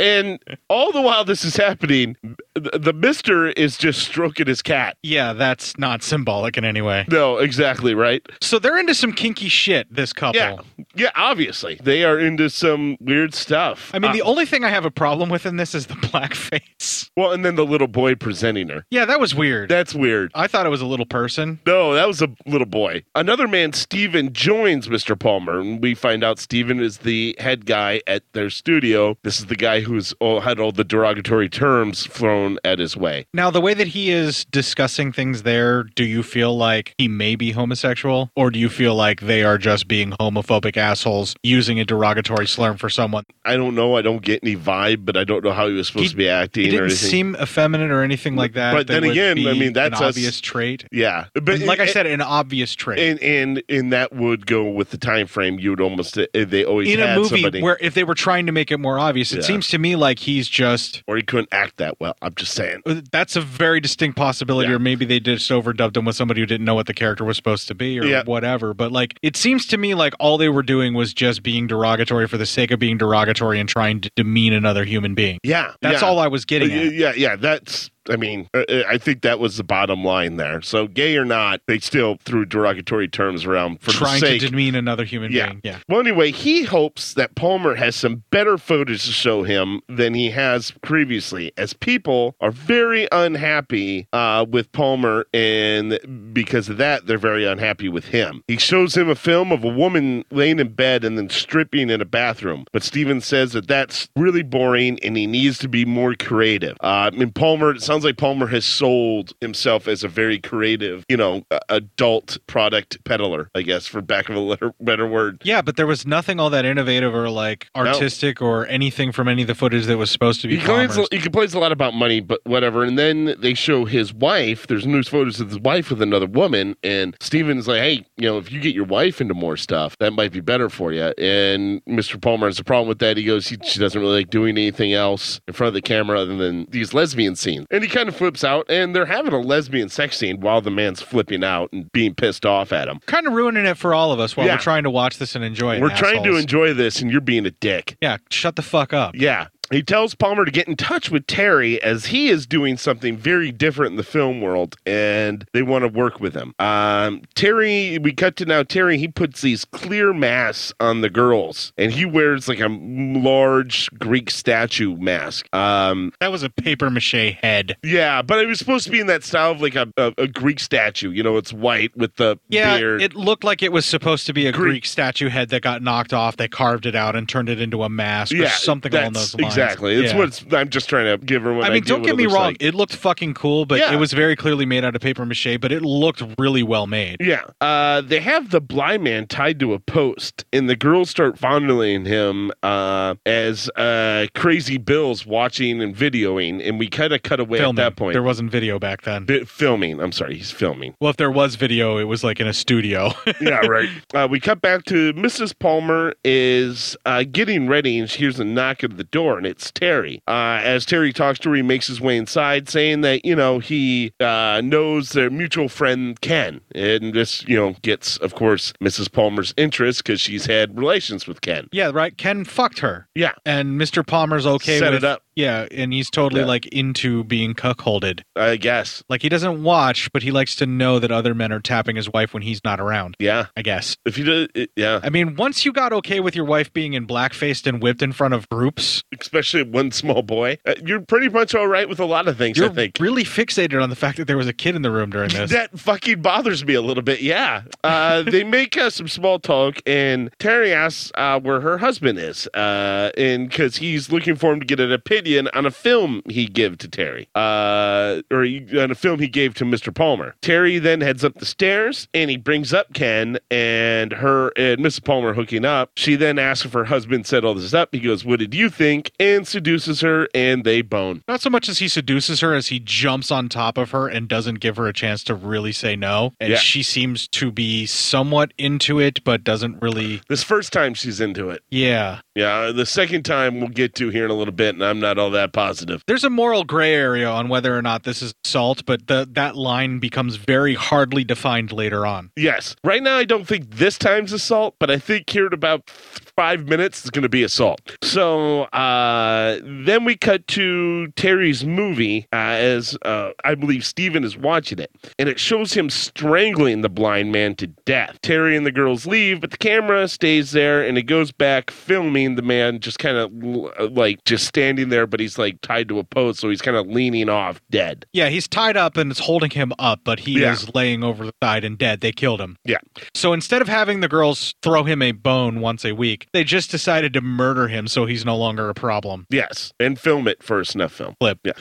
C: and all the while this is happening, the, the Mister is just stroking his cat.
B: Yeah, that's not symbolic in any way.
C: No, exactly right.
B: So they're into some kinky shit. This couple.
C: Yeah, yeah. Obviously, they are into some weird stuff.
B: I mean, the
C: Uh,
B: only thing I have a problem with in this is the blackface.
C: well, and then the little boy presenting her.
B: Yeah, that was weird.
C: That's weird.
B: I thought it was a little person.
C: No, that was a little boy. Another man, Steven, joins Mr. Palmer, and we find out Steven is the head guy at their studio. This is the guy who's all, had all the derogatory terms thrown at his way.
B: Now, the way that he is discussing things there, do you feel like he may be homosexual? Or do you feel like they are just being homophobic assholes using a derogatory slur for someone?
C: I don't know. I don't get any vibe, but I don't know how he was supposed to be acting
B: He
C: or
B: didn't
C: anything.
B: seem effeminate or anything like that.
C: But
B: that
C: then
B: would
C: again, I
B: be
C: mean, that's
B: an
C: us-
B: obvious trait.
C: yeah, but
B: like I said, an obvious trait.
C: and and and that would go with the time frame. You would almost eh, they always
B: in a
C: had
B: movie
C: somebody-
B: where if they were trying to make it more obvious, it
C: Yeah.
B: seems to me like he's just
C: or he couldn't act that well. I'm just saying.
B: Uh, that's a very distinct possibility, or maybe they just overdubbed him with somebody who didn't know what the character was supposed to be, or
C: Yeah.
B: whatever. But like, it seems to me like all they were doing was just being derogatory for the sake of being derogatory and trying to demean another human being.
C: Yeah,
B: that's
C: yeah.
B: all I was getting.
C: Uh,
B: at.
C: Yeah, yeah, that's. I mean, uh, uh, I think that was the bottom line there. So, gay or not, they still threw derogatory terms around for
B: Trying
C: the sake.
B: to demean another human
C: yeah.
B: being. Yeah.
C: Well, anyway, he hopes that Palmer has some better footage to show him than he has previously, as people are very unhappy uh, with Palmer, and because of that, they're very unhappy with him. He shows him a film of a woman laying in bed and then stripping in a bathroom, but Steven says that that's really boring and he needs to be more creative. Uh, I mean, Palmer, it sounds like Palmer has sold himself as a very creative, you know, a- adult product peddler, I guess, for back of a letter, better word.
B: Yeah, but there was nothing all that innovative or like artistic or anything from any of the footage that was supposed to be.
C: He complains,
B: commerce.
C: he complains a lot about money, but whatever. And then they show his wife. There's news photos of his wife with another woman. And Steven's like, hey, you know, if you get your wife into more stuff, that might be better for you. And Mr. Palmer has a problem with that. He goes, he, she doesn't really like doing anything else in front of the camera other than these lesbian scenes. And he kind of flips out. And they're having a lesbian sex scene while the man's flipping out and being pissed off at him.
B: Kind of ruining it for all of us while
C: Yeah.
B: we're trying to watch this and enjoy it.
C: We're trying to
B: assholes.
C: enjoy this, and you're being a dick.
B: Yeah, shut the fuck up.
C: Yeah. He tells Palmer to get in touch with Terry as he is doing something very different in the film world and they want to work with him. Um, Terry, we cut to now Terry, he puts these clear masks on the girls and he wears like a large Greek statue mask. Um,
B: that was a paper mache head.
C: Yeah, but it was supposed to be in that style of like a, a, a Greek statue. You know, it's white with the
B: Yeah,
C: beard.
B: it looked like it was supposed to be a Greek. statue head that got knocked off. They carved it out and turned it into a mask or something along
C: that's
B: those lines.
C: Exactly. It's
B: Yeah.
C: what it's, I'm just trying to give her. What
B: I mean,
C: do,
B: don't
C: what
B: get
C: it
B: me
C: looks
B: wrong.
C: like.
B: It looked fucking cool, but
C: Yeah.
B: it was very clearly made out of paper mache. But it looked really well made.
C: Yeah. Uh, they have the blind man tied to a post, and the girls start fondling him uh, as uh, Crazy Bill's watching and videoing, and we kind of cut away
B: Filming.
C: at that point.
B: There wasn't video back then.
C: Bi- filming. I'm sorry, he's filming.
B: Well, if there was video, it was like in a studio.
C: yeah, right. Uh, we cut back to Mrs. Palmer is uh, getting ready, and she hears a knock at the door, and it's Terry. Uh, as Terry talks to her, he makes his way inside, saying that you know he uh, knows their mutual friend Ken, and this you know gets, of course, Mrs. Palmer's interest because she's had relations with Ken.
B: yeah, right. Ken fucked her.
C: Yeah.
B: and Mr. Palmer's okay.
C: Set
B: with-
C: it up.
B: Yeah, and he's totally
C: Yeah.
B: like into being cuckolded.
C: I guess.
B: Like he doesn't watch, but he likes to know that other men are tapping his wife when he's not around.
C: Yeah,
B: I guess.
C: If you do, it, yeah.
B: I mean, once you got okay with your wife being in blackfaced and whipped in front of groups,
C: especially one small boy, uh, you're pretty much all right with a lot of things.
B: you're
C: I think.
B: really fixated on the fact that there was a kid in the room during this.
C: That fucking bothers me a little bit. Yeah. Uh, they make uh, some small talk, and Terry asks uh, where her husband is, uh, and because he's looking for him to get an opinion Meridian on a film he gave to Terry, uh, or he, on a film he gave to Mr. Palmer. Terry then heads up the stairs and he brings up Ken and her and Mrs. Palmer hooking up. She then asks if her husband set all this up. He goes, "What did you think?" and seduces her, and they bone.
B: Not so much as he seduces her as he jumps on top of her and doesn't give her a chance to really say no. And
C: Yeah.
B: she seems to be somewhat into it, but doesn't really.
C: This first time she's into it.
B: Yeah.
C: Yeah, uh, the second time we'll get to here in a little bit, and I'm not all that positive.
B: There's a moral gray area on whether or not this is assault, but the, that line becomes very hardly defined later on.
C: Yes. Right now, I don't think this time's assault, but I think here in about five minutes, it's going to be assault. So uh, then we cut to Terry's movie uh, as uh, I believe Steven is watching it, and it shows him strangling the blind man to death. Terry and the girls leave, but the camera stays there and it goes back filming the man just kind of like just standing there, but he's like tied to a post, so he's kind of leaning off dead.
B: Yeah, he's tied up and it's holding him up, but he
C: Yeah.
B: is laying over the side and dead. They killed him.
C: Yeah.
B: So instead of having the girls throw him a bone once a week, they just decided to murder him so he's no longer a problem.
C: Yes, and film it for a snuff film.
B: Flip.
C: Yeah.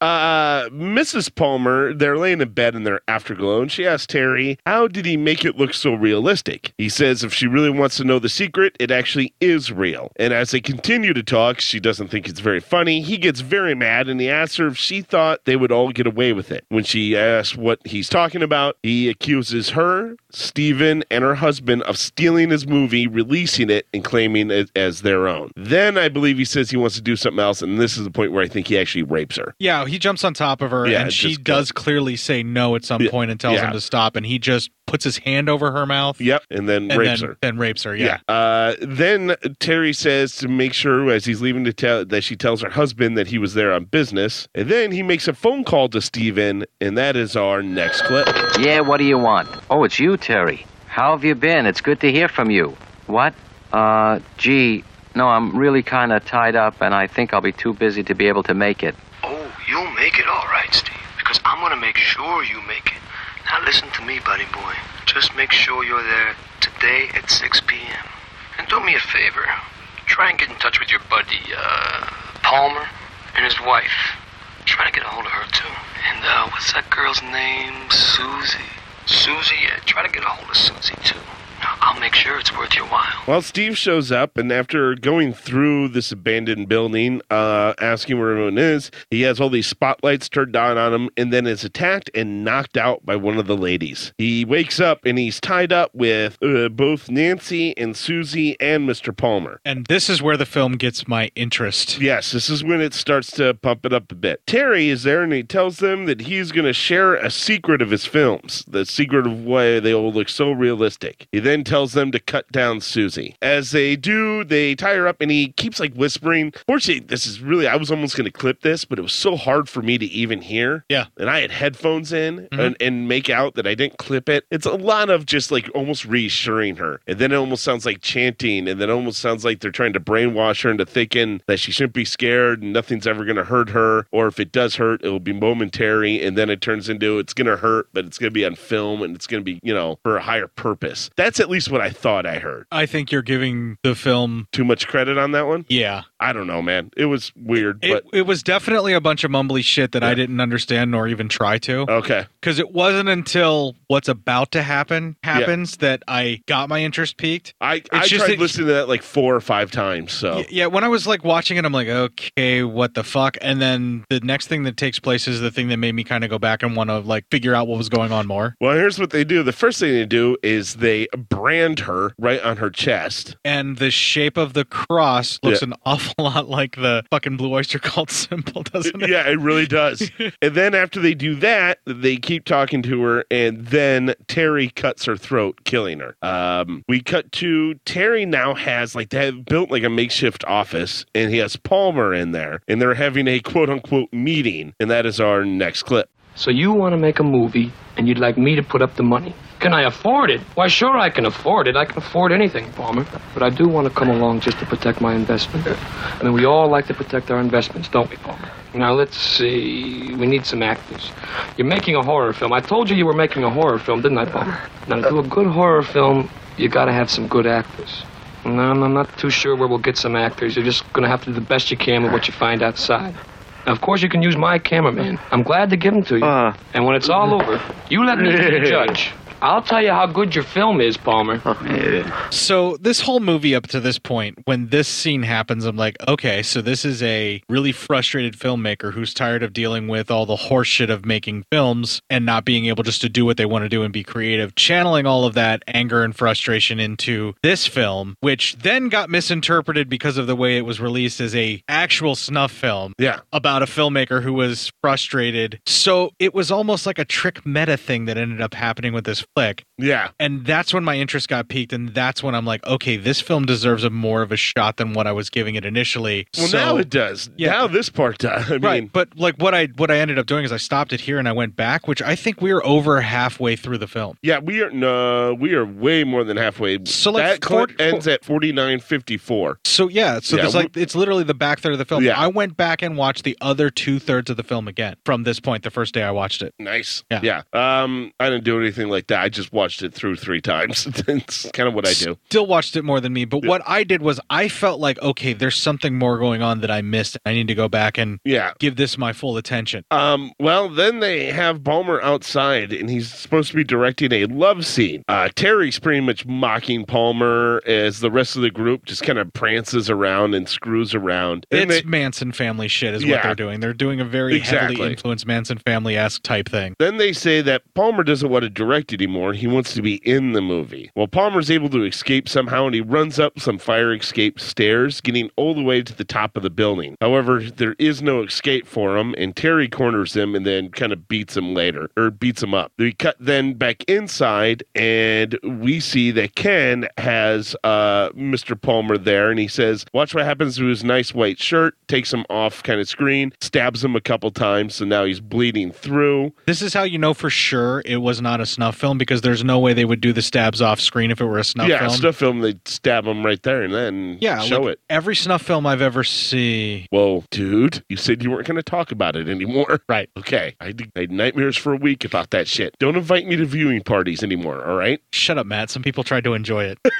C: uh, Mrs. Palmer, they're laying in bed in their afterglow, and she asks Terry, How did he make it look so realistic? He says if she really wants to know the secret, it actually is real. And as they continue to talk, she doesn't think it's very funny. He gets very mad and he asks her if she thought they would all get away with it. When she asks what he's talking about, he accuses her, Steven, and her husband of stealing his movie, releasing it, and claiming it as their own. Then I believe he says he wants to do something else, and this is the point where I think he actually rapes her.
B: Yeah, he jumps on top of her
C: Yeah,
B: and she
C: just
B: does clearly say no at some
C: Yeah,
B: point and tells
C: yeah.
B: him to stop and he just puts his hand over her mouth.
C: Yep, and then
B: And
C: rapes
B: then,
C: her.
B: then rapes her, yeah.
C: Uh, then Terry says to make sure as he's leaving to tell that she tells her husband that he was there on business, and then he makes a phone call to Steven, and that is our next clip.
M: Yeah, what do you want? Oh, it's you, Terry. How have you been? It's good to hear from you. What? Uh, gee, no, I'm really kind of tied up, and I think I'll be too busy to be able to make it.
L: Oh, You'll make it all right, Steve, because I'm going to make sure you make it. Now listen to me, buddy boy. Just make sure you're there today at 6 p.m. And do me a favor. Try and get in touch with your buddy, uh, Palmer and his wife. Try to get a hold of her, too. And, uh, what's that girl's name? Susie. Susie, yeah, try to get a hold of Susie, too. I'll make sure it's worth your while.
C: Well, Steve shows up, and after going through this abandoned building, uh, asking where everyone is, he has all these spotlights turned on on him, and then is attacked and knocked out by one of the ladies. He wakes up and he's tied up with uh, both Nancy and Susie and Mr. Palmer.
B: And this is where the film gets my interest.
C: Yes, this is when it starts to pump it up a bit. Terry is there and he tells them that he's going to share a secret of his films, the secret of why they all look so realistic. He then tells them to cut down Susie. As they do, they tie her up and he keeps like whispering. Fortunately, this is really, I was almost going to clip this, but it was so hard for me to even hear.
B: Yeah.
C: And I had headphones in
B: Mhm.
C: and, and make out that I didn't clip it. It's a lot of just like almost reassuring her. And then it almost sounds like chanting. And then it almost sounds like they're trying to brainwash her into thinking that she shouldn't be scared and nothing's ever going to hurt her. Or if it does hurt, it will be momentary. And then it turns into it's going to hurt, but it's going to be on film and it's going to be, you know, for a higher purpose. That's at least what I thought I heard.
B: I think you're giving the film
C: too much credit on that one.
B: Yeah.
C: I don't know, man. It was weird,
B: It,
C: but
B: it was definitely a bunch of mumbly shit that I didn't understand nor even try to.
C: Okay.
B: Because it wasn't until what's about to happen happens that I got my interest peaked.
C: I, I
B: just
C: tried
B: that-
C: listening to that like four or five times. So
B: Yeah, when I was like watching it, I'm like, okay, what the fuck? And then the next thing that takes place is the thing that made me kind of go back and want to like figure out what was going on more.
C: Well, here's what they do. The first thing they do is they brand her right on her chest.
B: And the shape of the cross looks
C: Yeah.
B: an awful lot like the fucking Blue Oyster Cult symbol, doesn't it?
C: Yeah, it really does. and then after they do that, they keep talking to her, and then Terry cuts her throat, killing her. Um, we cut to Terry now has like they have built like a makeshift office, and he has Palmer in there, and they're having a quote unquote meeting, and that is our next clip.
L: So you want to make a movie and you'd like me to put up the money? Can I afford it? Why, sure, I can afford it. I can afford anything, Palmer. But I do want to come along just to protect my investment. I mean, we all like to protect our investments, don't we, Palmer? Now, let's see. We need some actors. You're making a horror film. I told you you were making a horror film, didn't I, Palmer? Now, to do a good horror film, you got to have some good actors. No, I'm not too sure where we'll get some actors. You're just gonna have to do the best you can with what you find outside. Now, of course, you can use my cameraman. I'm glad to give him to you. And when it's all over, you let me be the judge. I'll tell you how good your film is, Palmer.
B: So this whole movie up to this point, when this scene happens, I'm like, okay, so this is a really frustrated filmmaker who's tired of dealing with all the horseshit of making films and not being able just to do what they want to do and be creative, channeling all of that anger and frustration into this film, which then got misinterpreted because of the way it was released as a actual snuff film.
C: Yeah.
B: About a filmmaker who was frustrated. So it was almost like a trick meta thing that ended up happening with this flick.
C: Yeah.
B: And that's when my interest got peaked, and that's when I'm like, okay, this film deserves a more of a shot than what I was giving it initially.
C: Well,
B: So-
C: now it does.
B: Yeah.
C: Now this part does. I mean,
B: right, but like what I what I ended up doing is I stopped it here and I went back, which I think we are over halfway through the film.
C: yeah, we are no, we are way more than halfway. So
B: like
C: that clip
B: 40
C: ends at forty nine fifty four.
B: So yeah, so
C: Yeah,
B: there's like it's literally the back third of the film.
C: Yeah.
B: I went back and watched the other two thirds of the film again from this point, the first day I watched it.
C: Nice.
B: Yeah.
C: Yeah. Um, I didn't do anything like that. I just watched it through three times. it's kind of what I do.
B: Still watched it more than me, but what I did was I felt like okay, there's something more going on that I missed. I need to go back and
C: Yeah.
B: give this my full attention.
C: Um, well, then they have Balmer outside, and he's supposed to be directing a love scene. Uh, Terry's pretty much mocking Palmer as the rest of the group just kind of prances around and screws around. And
B: it's
C: they-
B: Manson family shit is
C: Yeah.
B: what they're doing. They're doing a very
C: Exactly.
B: heavily influenced Manson family esque type thing.
C: Then they say that Palmer doesn't want to direct anymore. He wants to be in the movie. Well, Palmer's able to escape somehow and he runs up some fire escape stairs, getting all the way to the top of the building. However, there is no escape for him, and Terry corners him and then kind of beats him later, or beats him up. We cut then back inside, and we see that Ken has uh, Mr. Palmer there, and he says, Watch what happens to his nice white shirt, takes him off kind of screen, stabs him a couple times, so now he's bleeding through.
B: This is how you know for sure it was not a snuff film because there's no way they would do the stabs off screen if it were a snuff
C: yeah,
B: film.
C: snuff film. They stab him right there and then
B: yeah,
C: show
B: like,
C: it.
B: Every snuff film I've ever seen.
C: Whoa, dude! You said you weren't going to talk about it anymore.
B: Right.
C: Okay. I had, I had nightmares for a week about that shit. Don't invite me to viewing parties anymore. All right.
B: Shut up, Matt. Some people tried to enjoy it.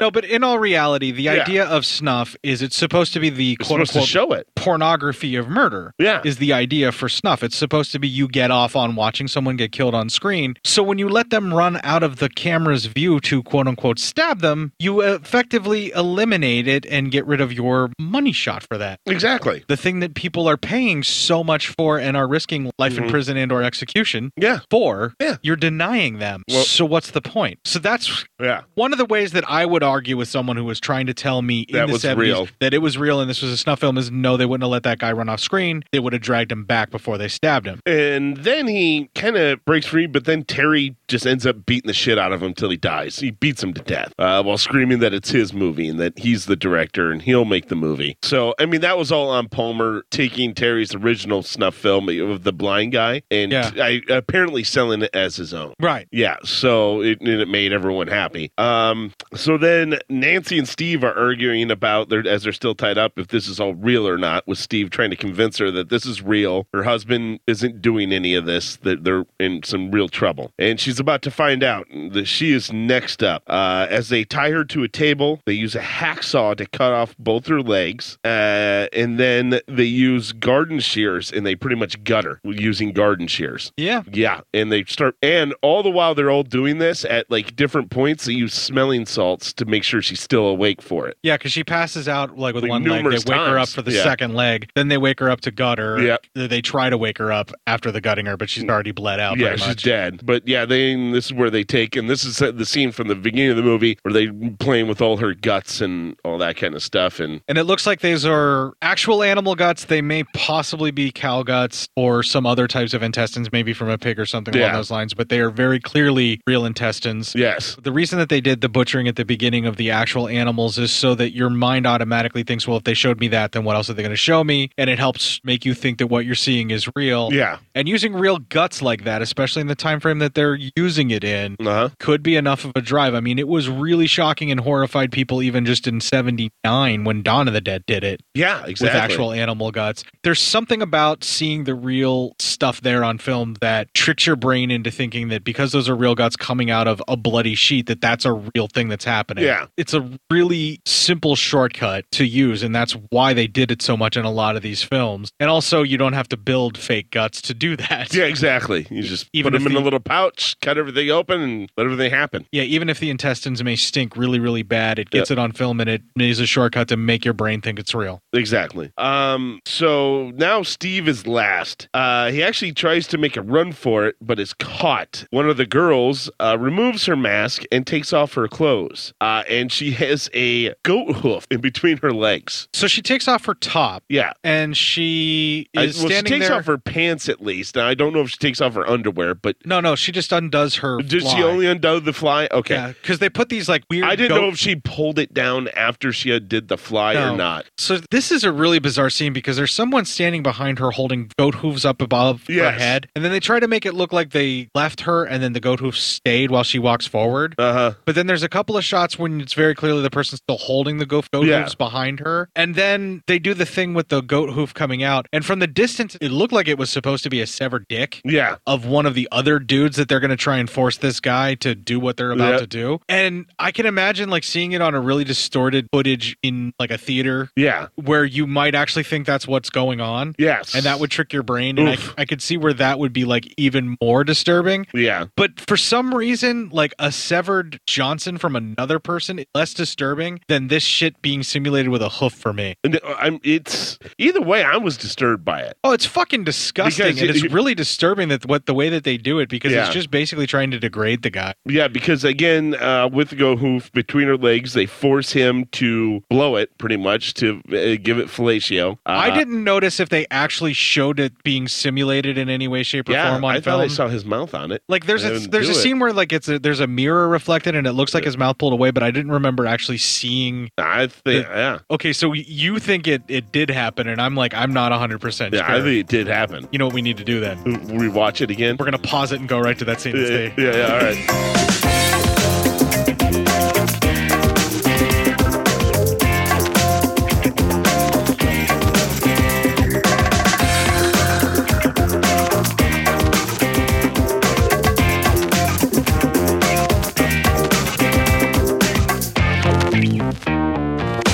B: No, but in all reality, the
C: Yeah.
B: idea of snuff is it's supposed to be the quote
C: supposed to
B: unquote
C: show it.
B: pornography of murder.
C: Yeah.
B: Is the idea for snuff. It's supposed to be you get off on watching someone get killed on screen. So when you let them run out of the camera's view to quote unquote stab them, you effectively eliminate it and get rid of your money shot for that.
C: Exactly.
B: The thing that people are paying so much for and are risking life in
C: Mhm.
B: prison and or execution
C: yeah.
B: for, you're denying them.
C: Well-
B: so what's the point? So that's
C: Yeah.
B: one of the ways that I would argue with someone who was trying to tell me in
C: That
B: the
C: was
B: 70s
C: real.
B: that it was real and this was a snuff film is no, they wouldn't have let that guy run off screen. They would have dragged him back before they stabbed him.
C: And then he kind of breaks free, but then Terry just ends up beating the shit out of him till he dies. He beats him to death uh, while screaming that it's his movie and that he's the director and he'll make the movie. So, I mean, that was all on Palmer taking Terry's original snuff film of the blind guy and
B: Yeah.
C: I, apparently selling it as his own.
B: Right.
C: Yeah, so it, and it made everyone happy. Um, so then Nancy and Steve are arguing about their as they're still tied up if this is all real or not. With Steve trying to convince her that this is real, her husband isn't doing any of this. That they're in some real trouble, and she's about to find out that she is next up. Uh, as they tie her to a table, they use a hacksaw to cut off both her legs, uh, and then they use garden shears and they pretty much gut her using garden shears.
B: Yeah.
C: Yeah, and they start, and all the while they're all doing this at like different points. They use smelling salts to make sure she's still awake for it.
B: Yeah, because she passes out like with
C: Like,
B: one leg. They wake
C: numerous
B: her up
C: times.
B: for the
C: Yeah.
B: second leg. Then they wake her up to gut her.
C: Yeah. Mm.
B: They- They try to wake her up after the gutting her, but she's already bled out.
C: yeah,
B: Oh, pretty
C: she's
B: much.
C: dead. But yeah, they this is where they take, and this is the scene from the beginning of the movie where they playing with all her guts and all that kind of stuff. And
B: And it looks like these are actual animal guts. They may possibly be cow guts or some other types of intestines, maybe from a pig or something
C: Yeah.
B: along those lines, but they are very clearly real intestines.
C: Yes.
B: The reason that they did the butchering at the beginning of the actual animals is so that your mind automatically thinks, well, if they showed me that, then what else are they going to show me? And it helps make you think that what you're seeing is real.
C: Yeah.
B: And using real guts like that, especially in the time frame that they're using it in,
C: uh
B: could be enough of a drive. I mean, it was really shocking and horrified people even just in 79 when Dawn of the Dead did it.
C: Yeah,
B: With
C: exactly.
B: actual animal guts. There's something about seeing the real stuff there on film that tricks your brain into thinking that because those are real guts coming out of a bloody sheet, that that's a real thing that's happening.
C: Yeah.
B: It's a really simple shortcut to use, and that's why they did it so much in a lot of these films. And also, you don't have to build fake guts to do that.
C: Yeah, exactly. You just
B: Even
C: put
B: if
C: them in
B: the-
C: a little pouch, cut everything open, and let everything happen.
B: Yeah, even if the intestines may stink really, really bad, it gets
C: Yeah.
B: it on film and it is a shortcut to make your brain think it's real.
C: Exactly. Um, so now Steve is last. Uh, he actually tries to make a run for it, but is caught. One of the girls uh, removes her mask and takes off her clothes. Uh, and she has a goat hoof in between her legs.
B: So she takes off her top.
C: Yeah.
B: And she
C: I-
B: is
C: well, she
B: standing
C: takes
B: there.
C: off her pants at least. Now, I don't know if she takes off her underwear, but.
B: No, no, she just undoes her.
C: Did she
B: fly.
C: only undo the fly? Okay.
B: Yeah, because they put these like weird.
C: I didn't
B: goat-
C: know if she pulled it down after she had did the fly
B: No.
C: or not.
B: So this is a really bizarre scene because there's someone standing behind her holding goat hooves up above her
C: Yes.
B: head, and then they try to make it look like they left her, and then the goat hoof stayed while she walks forward.
C: Uh-huh.
B: But then there's a couple of shots when it's very clearly the person's still holding the goat, goat
C: Yeah.
B: hooves behind her, and then they do the thing with the goat hoof coming out, and from the distance it looked like it was supposed to be a severed dick.
C: Yeah.
B: Of one of the other dudes that they're going to try and force this guy to do what they're about
C: Yeah.
B: to do. And I can imagine like seeing it on a really distorted footage in like a theater
C: Yeah.
B: where you might actually think that's what's going on.
C: Yes.
B: And that would trick your brain. And I, I could see where that would be like even more disturbing.
C: Yeah.
B: But for some reason, like a severed Johnson from another person is less disturbing than this shit being simulated with a hoof for me.
C: And uh, I'm it's either way I was disturbed by it.
B: Oh, it's fucking disgusting.
C: Because
B: and
C: it-
B: it's really disturbing that what the way that they do it because
C: Yeah.
B: it's just basically trying to degrade the guy.
C: Yeah, because again, uh, with Go Hoof between her legs, they force him to blow it pretty much to uh, give it fellatio. Uh,
B: I didn't notice if they actually showed it being simulated in any way, shape, or
C: Yeah,
B: form on
C: I
B: film.
C: thought I saw his mouth on it.
B: Like there's
C: I
B: a
C: didn't
B: there's
C: do
B: a
C: it.
B: scene where like it's a, there's a mirror reflected and it looks like his mouth pulled away, but I didn't remember actually seeing.
C: I think yeah.
B: Okay, so you think it it did happen, and I'm like I'm not 100 percent.
C: Yeah, I think it did happen.
B: You know what we need to do then?
C: Rewatch it again.
B: We're gonna pause it and go right to that scene. and
C: Yeah,
B: stay.
C: yeah, yeah, all right.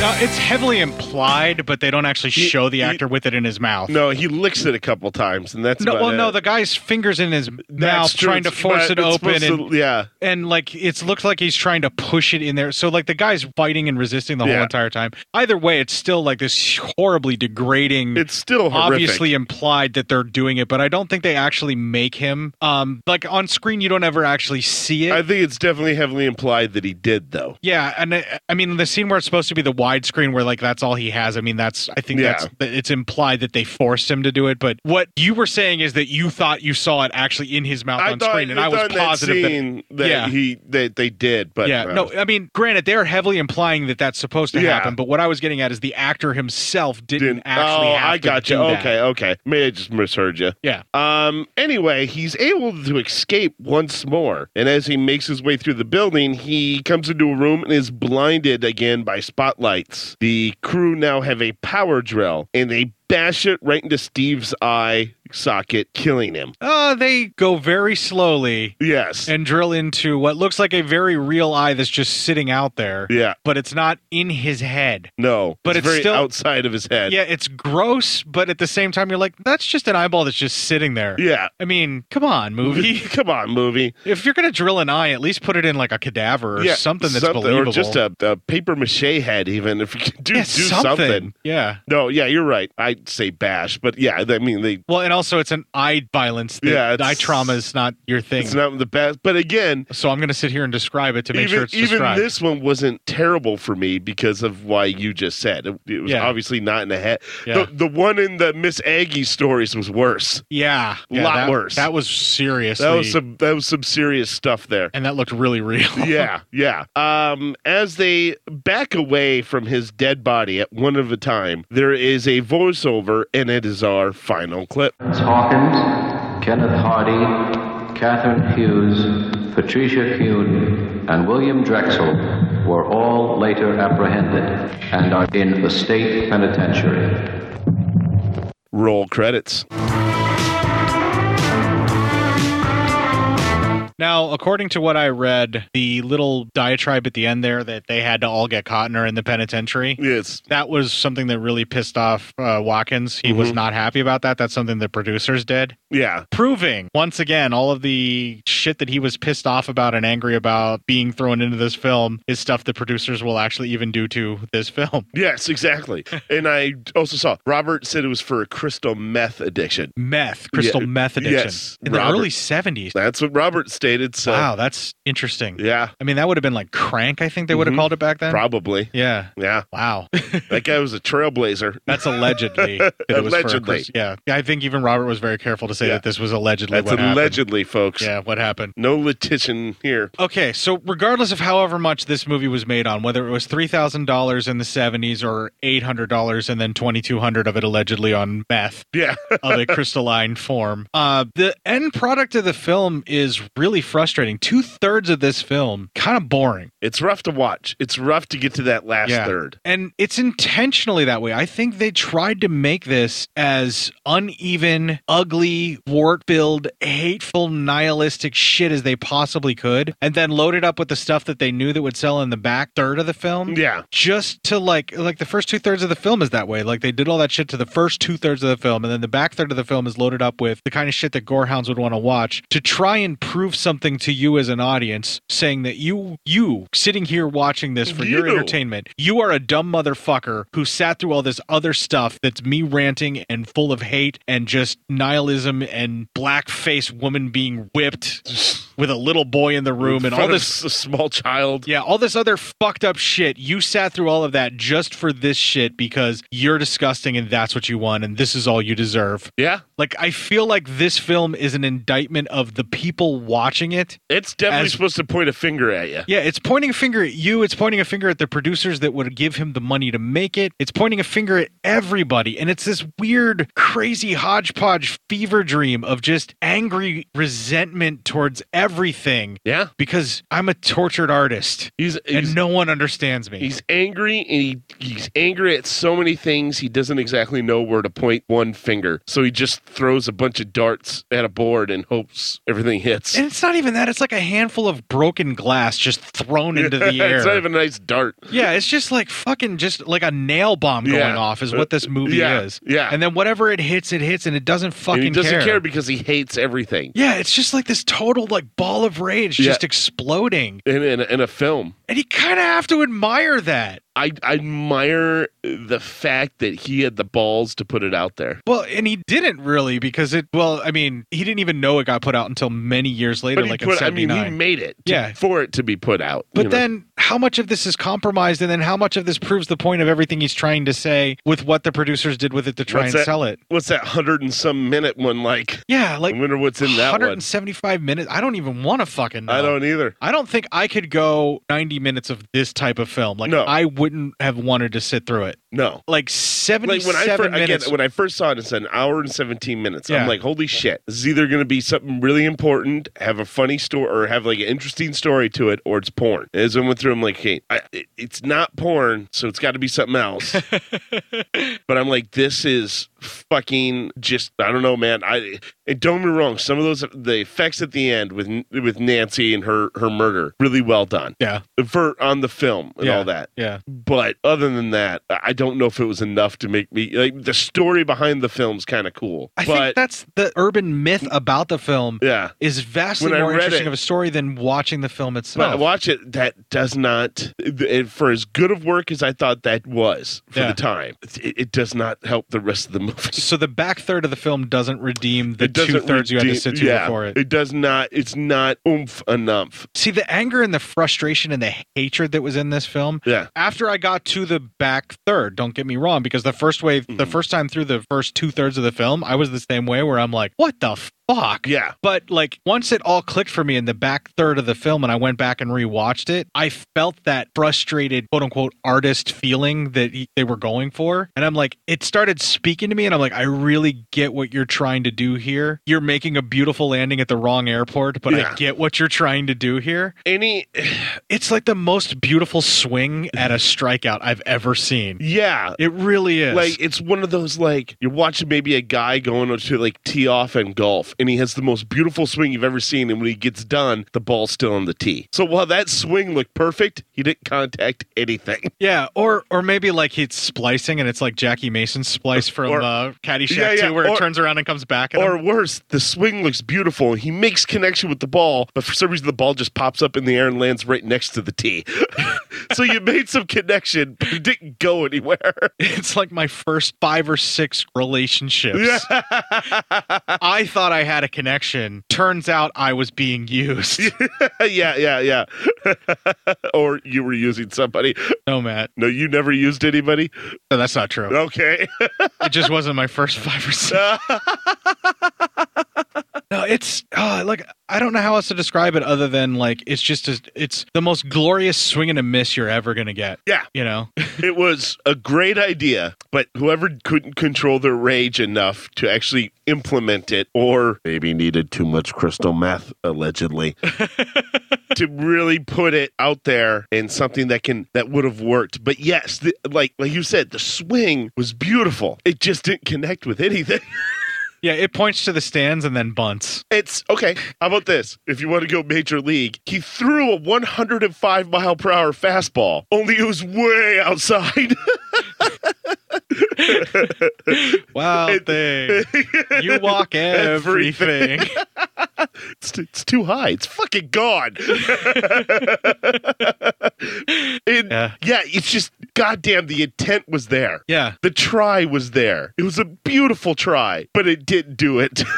B: Now, it's heavily implied, but they don't actually show the actor with it in his mouth.
C: No, he licks it a couple times, and that's
B: No,
C: about
B: well,
C: it.
B: no, the guy's fingers in his mouth
C: true,
B: trying to
C: it's-
B: force it
C: but it's
B: open,
C: supposed
B: and
C: to- yeah.
B: and like it's looked like he's trying to push it in there. So like the guy's fighting and resisting the whole
C: Yeah.
B: entire time. Either way, it's still like this horribly degrading. It's
C: still horrific.
B: obviously implied that they're doing it, but I don't think they actually make him. Um, like on screen, you don't ever actually see it.
C: I think it's definitely heavily implied that he did though.
B: Yeah, and uh, I, I mean the scene where it's supposed to be the widescreen where like that's all he has. I mean that's I think
C: Yeah.
B: that's that it's implied that they forced him to do it. But what you were saying is that you thought you saw it actually in his mouth on screen, and I was
C: thought in that
B: positive that-
C: scene that
B: yeah.
C: he that they did, but
B: yeah,
C: uh,
B: no, I mean, granted, they're heavily implying that that's supposed to
C: Yeah.
B: happen, but what I was getting at is the actor himself didn't, actually
C: Oh,
B: have
C: I
B: to
C: got you.
B: do that.
C: Okay, okay. Maybe I just misheard you.
B: Yeah.
C: Um. Anyway, he's able to escape once more, and as he makes his way through the building, he comes into a room and is blinded again by spotlights. The crew now have a power drill, and they bash it right into Steve's eye socket, killing him.
B: Uh, they go very slowly.
C: Yes.
B: And drill into what looks like a very real eye that's just sitting out there.
C: Yeah.
B: But it's not in his head.
C: No,
B: But it's
C: very
B: still-
C: outside of his head.
B: Yeah, it's gross, but at the same time, you're like, that's just an eyeball that's just sitting there.
C: Yeah.
B: I mean, come on, movie.
C: come on, movie.
B: If you're going to drill an eye, at least put it in like a cadaver or something that's believable.
C: Or just a, a paper mache head, even if you can do,
B: Yeah,
C: do something.
B: something. Yeah.
C: No, yeah, you're right. I'd say bash, but yeah, I mean, they.
B: Well, and also it's an eye violence. That
C: Yeah, it's-
B: eye trauma is not your thing.
C: It's not the best, but again.
B: So I'm going to sit here and describe it to make
C: even,
B: sure it's
C: even
B: described.
C: this one wasn't terrible for me because of why you just said it, it was
B: Yeah.
C: obviously not in the head.
B: Yeah.
C: The, the one in the Miss Aggie stories was worse.
B: yeah,
C: A
B: yeah,
C: lot
B: that-
C: worse.
B: That was serious.
C: That was some that was some serious stuff there.
B: and that looked really real.
C: yeah, yeah. Um, as they back away from his dead body at one of a time, there is a voiceover, and it is our final clip.
K: Hawkins, Kenneth Hardy, Catherine Hughes, Patricia Hune, and William Drexel were all later apprehended and are in the state penitentiary.
C: Roll credits.
B: Now, according to what I read, the little diatribe at the end there that they had to all get Cotner in the penitentiary.
C: Yes.
B: That was something that really pissed off uh, Watkins. He was
C: Mhm.
B: not happy about that. That's something the producers did.
C: Yeah.
B: Proving, once again, all of the shit that he was pissed off about and angry about being thrown into this film is stuff the producers will actually even do to this film.
C: Yes, exactly. and I also saw Robert said it was for a crystal meth addiction.
B: Meth, crystal
C: Yeah,
B: meth addiction.
C: Yes,
B: In the
C: Robert.
B: early 70s.
C: That's what Robert stated. So
B: Wow, that's interesting.
C: Yeah. Mm-hmm.
B: I mean, that would have been like crank, I think they would have called it back then.
C: Probably.
B: Yeah.
C: Yeah.
B: Wow.
C: that guy was a trailblazer.
B: That's allegedly. that it was for a
C: allegedly.
B: Chris- yeah. I think even Robert was very careful to say
C: Yeah.
B: that this was allegedly
C: That's
B: what happened.
C: allegedly, folks.
B: Yeah, what happened?
C: No litition here.
B: Okay, so regardless of however much this movie was made on, whether it was three thousand dollars in the seventies or eight hundred dollars and then twenty two hundred of it allegedly on meth,
C: yeah,
B: of a crystalline form. Uh, the end product of the film is really frustrating. Two thirds of this film kind of boring.
C: It's rough to watch. It's rough to get to that last
B: Yeah.
C: third.
B: And it's intentionally that way. I think they tried to make this as uneven, ugly, wart filled, hateful, nihilistic shit as they possibly could, and then load it up with the stuff that they knew that would sell in the back third of the film.
C: Yeah.
B: Just to like, like the first two thirds of the film is that way. Like they did all that shit to the first two thirds of the film, and then the back third of the film is loaded up with the kind of shit that gorehounds would want to watch to try and prove something to you as an audience, saying that you, you sitting here watching this for your
C: You.
B: entertainment entertainment. You are a dumb motherfucker who sat through all this other stuff that's me ranting and full of hate and just nihilism and blackface woman being whipped with a little boy in the room
C: In
B: and all
C: front of
B: this
C: a small child.
B: Yeah, all this other fucked up shit. You sat through all of that just for this shit because you're disgusting and that's what you want and this is all you deserve.
C: Yeah.
B: Like I feel like this film is an indictment of the people watching it.
C: It's definitely
B: As-
C: supposed to point a finger at you.
B: yeah, it's pointing a finger at you. It's pointing a finger at the producers that would give him the money to make it. It's pointing a finger at everybody. And it's this weird, crazy hodgepodge fever dream of just angry resentment towards everything.
C: Yeah.
B: Because I'm a tortured artist.
C: He's,
B: and no one understands me.
C: He's angry and he, he's angry at so many things he doesn't exactly know where to point one finger. So he just throws a bunch of darts at a board and hopes everything hits.
B: and it's not even that. It's like a handful of broken glass just thrown into the air.
C: it's not even a nice dart.
B: Yeah, it's just like fucking just like a nail bomb going
C: Yeah. Uh,
B: off is what this movie
C: Yeah,
B: is.
C: yeah.
B: And then whatever it hits, it hits and it doesn't fucking
C: And he doesn't care.
B: care
C: because he hates everything.
B: Yeah, it's just like this total like ball of rage
C: Yeah.
B: just exploding.
C: In, in, in a film.
B: And you kind of have to admire that.
C: I I admire the fact that he had the balls to put it out there.
B: Well, and he didn't really because it well, I mean, he didn't even know it got put out until many years later
C: But he
B: like in
C: put- I mean,
B: 79.
C: he made it to-
B: Yeah.
C: for it to be put out.
B: But
C: you know?
B: then how much of this is compromised and then how much of this proves the point of everything he's trying to say with what the producers did with it to try
C: What's
B: and
C: that-
B: sell it?
C: What's that hundred and some minute one like?
B: Yeah, like
C: I wonder what's in that one.
B: 175 minutes. I don't even want to fucking know.
C: I don't either.
B: I don't think I could go 90 minutes of this type of film. Like I wouldn't have wanted to sit through it.
C: No.
B: Like 77
C: when I, fir- again,
B: minutes.
C: when I first saw it, it's an hour and 17 minutes.
B: Yeah.
C: I'm like, holy shit. This is either going to be something really important, have a funny story, or have like an interesting story to it, or it's porn. As I went through, I'm like, hey, I, it- it's not porn, so it's got to be something else. but I'm like, this is fucking just, I don't know, man. I and Don't get me wrong, some of those, the effects at the end with with Nancy and her, her murder, really well done.
B: Yeah.
C: For, on the film and
B: Yeah.
C: all that.
B: Yeah.
C: But other than that, I I don't know if it was enough to make me like the story behind the film's kind of cool.
B: I
C: but
B: think that's the urban myth about the film
C: yeah,
B: is vastly
C: When I
B: more
C: read
B: interesting
C: it-
B: of a story than watching the film itself.
C: but I watch it. That does not, it, for as good of work as I thought that was for
B: Yeah.
C: the time, it, it does not help the rest of the movie.
B: so the back third of the film doesn't redeem the
C: It doesn't
B: two thirds you had to
C: redeem-
B: sit through
C: yeah,
B: before it.
C: It does not. It's not oomph enough.
B: See the anger and the frustration and the hatred that was in this film.
C: Yeah.
B: After I got to the back third, don't get me wrong, because the first way,
C: Mm-hmm.
B: the first time through the first two thirds of the film, I was the same way where I'm like, what the fuck?
C: Yeah.
B: But like once it all clicked for me in the back third of the film and I went back and rewatched it, I felt that frustrated quote unquote artist feeling that he- they were going for. And I'm like, it started speaking to me and I'm like, I really get what you're trying to do here. You're making a beautiful landing at the wrong airport, but
C: Yeah.
B: I get what you're trying to do here.
C: Any
B: It's like the most beautiful swing at a strikeout I've ever seen.
C: Yeah.
B: It really is.
C: Like it's one of those like you're watching maybe a guy going to like tee off and golf and he has the most beautiful swing you've ever seen and when he gets done, the ball's still on the tee. So while that swing looked perfect, he didn't contact anything.
B: Yeah, or or maybe like he's splicing, and it's like Jackie Mason's splice from
C: Or-
B: uh, Caddyshack
C: Yeah, yeah,
B: 2, where
C: or-
B: it turns around and comes back. At
C: Or
B: him.
C: worse, the swing looks beautiful. He makes connection with the ball, but for some reason the ball just pops up in the air and lands right next to the tee. so you made some connection, but it didn't go anywhere.
B: It's like my first five or six relationships.
C: Yeah.
B: I thought I had a connection. Turns out I was being used.
C: yeah, yeah, yeah. or you were using somebody.
B: No, Matt.
C: No, you never used anybody.
B: No, that's not true.
C: Okay.
B: it just wasn't my first five or six. no, it's uh, like I don't know how else to describe it other than like it's just a, it's the most glorious swing and a miss you're ever gonna get.
C: Yeah.
B: you know.
C: it was a great idea, but whoever couldn't control their rage enough to actually implement it, or maybe needed too much crystal meth, allegedly, to really put it out there in something that can that would have worked. But yes, the, like like you said, the swing was beautiful. It just didn't connect with anything.
B: Yeah, it points to the stands and then bunts.
C: It's okay. How about this? If you want to go major league, he threw a 105 mile per hour fastball, only it was way outside.
B: Wow, thing. You walk everything.
C: it's, it's too high. It's fucking gone. And, yeah. it's just goddamn. The intent was there.
B: Yeah,
C: the try was there. It was a beautiful try, but it didn't do it.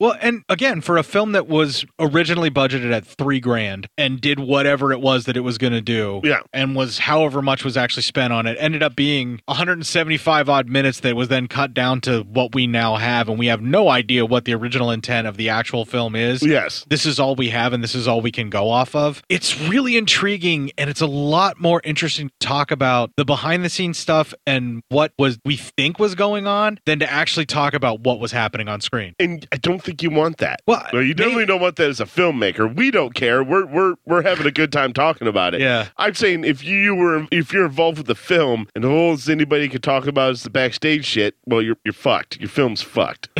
B: Well, and again, for a film that was originally budgeted at three grand and did whatever it was that it was going to do,
C: Yeah.
B: and was however much was actually spent on it, ended up being 175 odd minutes that was then cut down to what we now have, and we have no idea what the original intent of the actual film is.
C: Yes.
B: this is all we have, and this is all we can go off of. It's really intriguing, and it's a lot more interesting to talk about the behind the scenes stuff and what was we think was going on than to actually talk about what was happening on screen.
C: and I don't think you want that.
B: Well,
C: you definitely don't want that as a filmmaker. We don't care. We're we're we're having a good time talking about it.
B: Yeah.
C: I'm saying if you were if you're involved with the film and all anybody could talk about is the backstage shit, well you're you're fucked. Your film's fucked.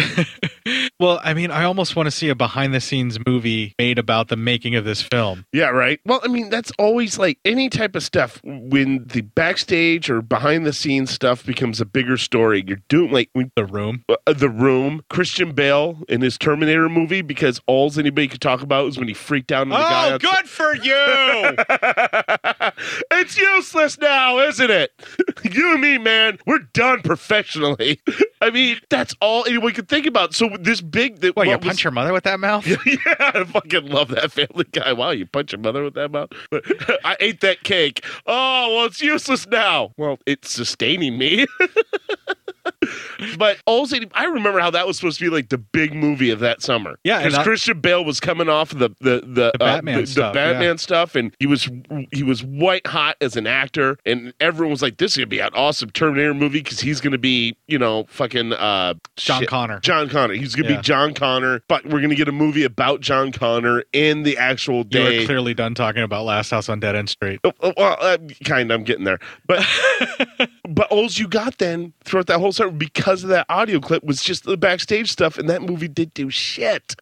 B: Well, I mean, I almost want to see a behind the scenes movie made about the making of this film.
C: Yeah, right. Well, I mean, that's always like any type of stuff when the backstage or behind the scenes stuff becomes a bigger story. You're doing like when,
B: the room,
C: uh, the room, Christian Bale in his Terminator movie because all anybody could talk about was when he freaked out on the guy. on-
B: Oh, for you!
C: It's useless now, isn't it? You and me, man, we're done professionally. I mean, that's all anyone could think about. So this big, that
B: What, you
C: what was-
B: punch your mother with that mouth?
C: yeah, I fucking love that Family Guy. Wow, you punch your mother with that mouth. But I ate that cake. Oh, well, it's useless now. Well, it's sustaining me. but also, I remember how that was supposed to be like the big movie of that summer.
B: Yeah, and
C: because
B: I-
C: Christian Bale was coming off the the the, uh,
B: Batman
C: the- the
B: stuff, yeah.
C: Batman stuff, and he was he was white hot as an actor, and everyone was like, "This is gonna be an awesome Terminator movie because he's gonna be you know fucking uh,
B: John
C: shit.
B: Connor.
C: John Connor. He's gonna
B: Yeah.
C: be John Connor, but we're gonna get a movie about John Connor in the actual
B: You
C: day.
B: are clearly done talking about Last House on Dead End Street.
C: Oh, oh, well, uh, kind of. I'm getting there, but but all you got then throughout that whole summer because of that audio clip was just the backstage stuff, and that movie did do shit.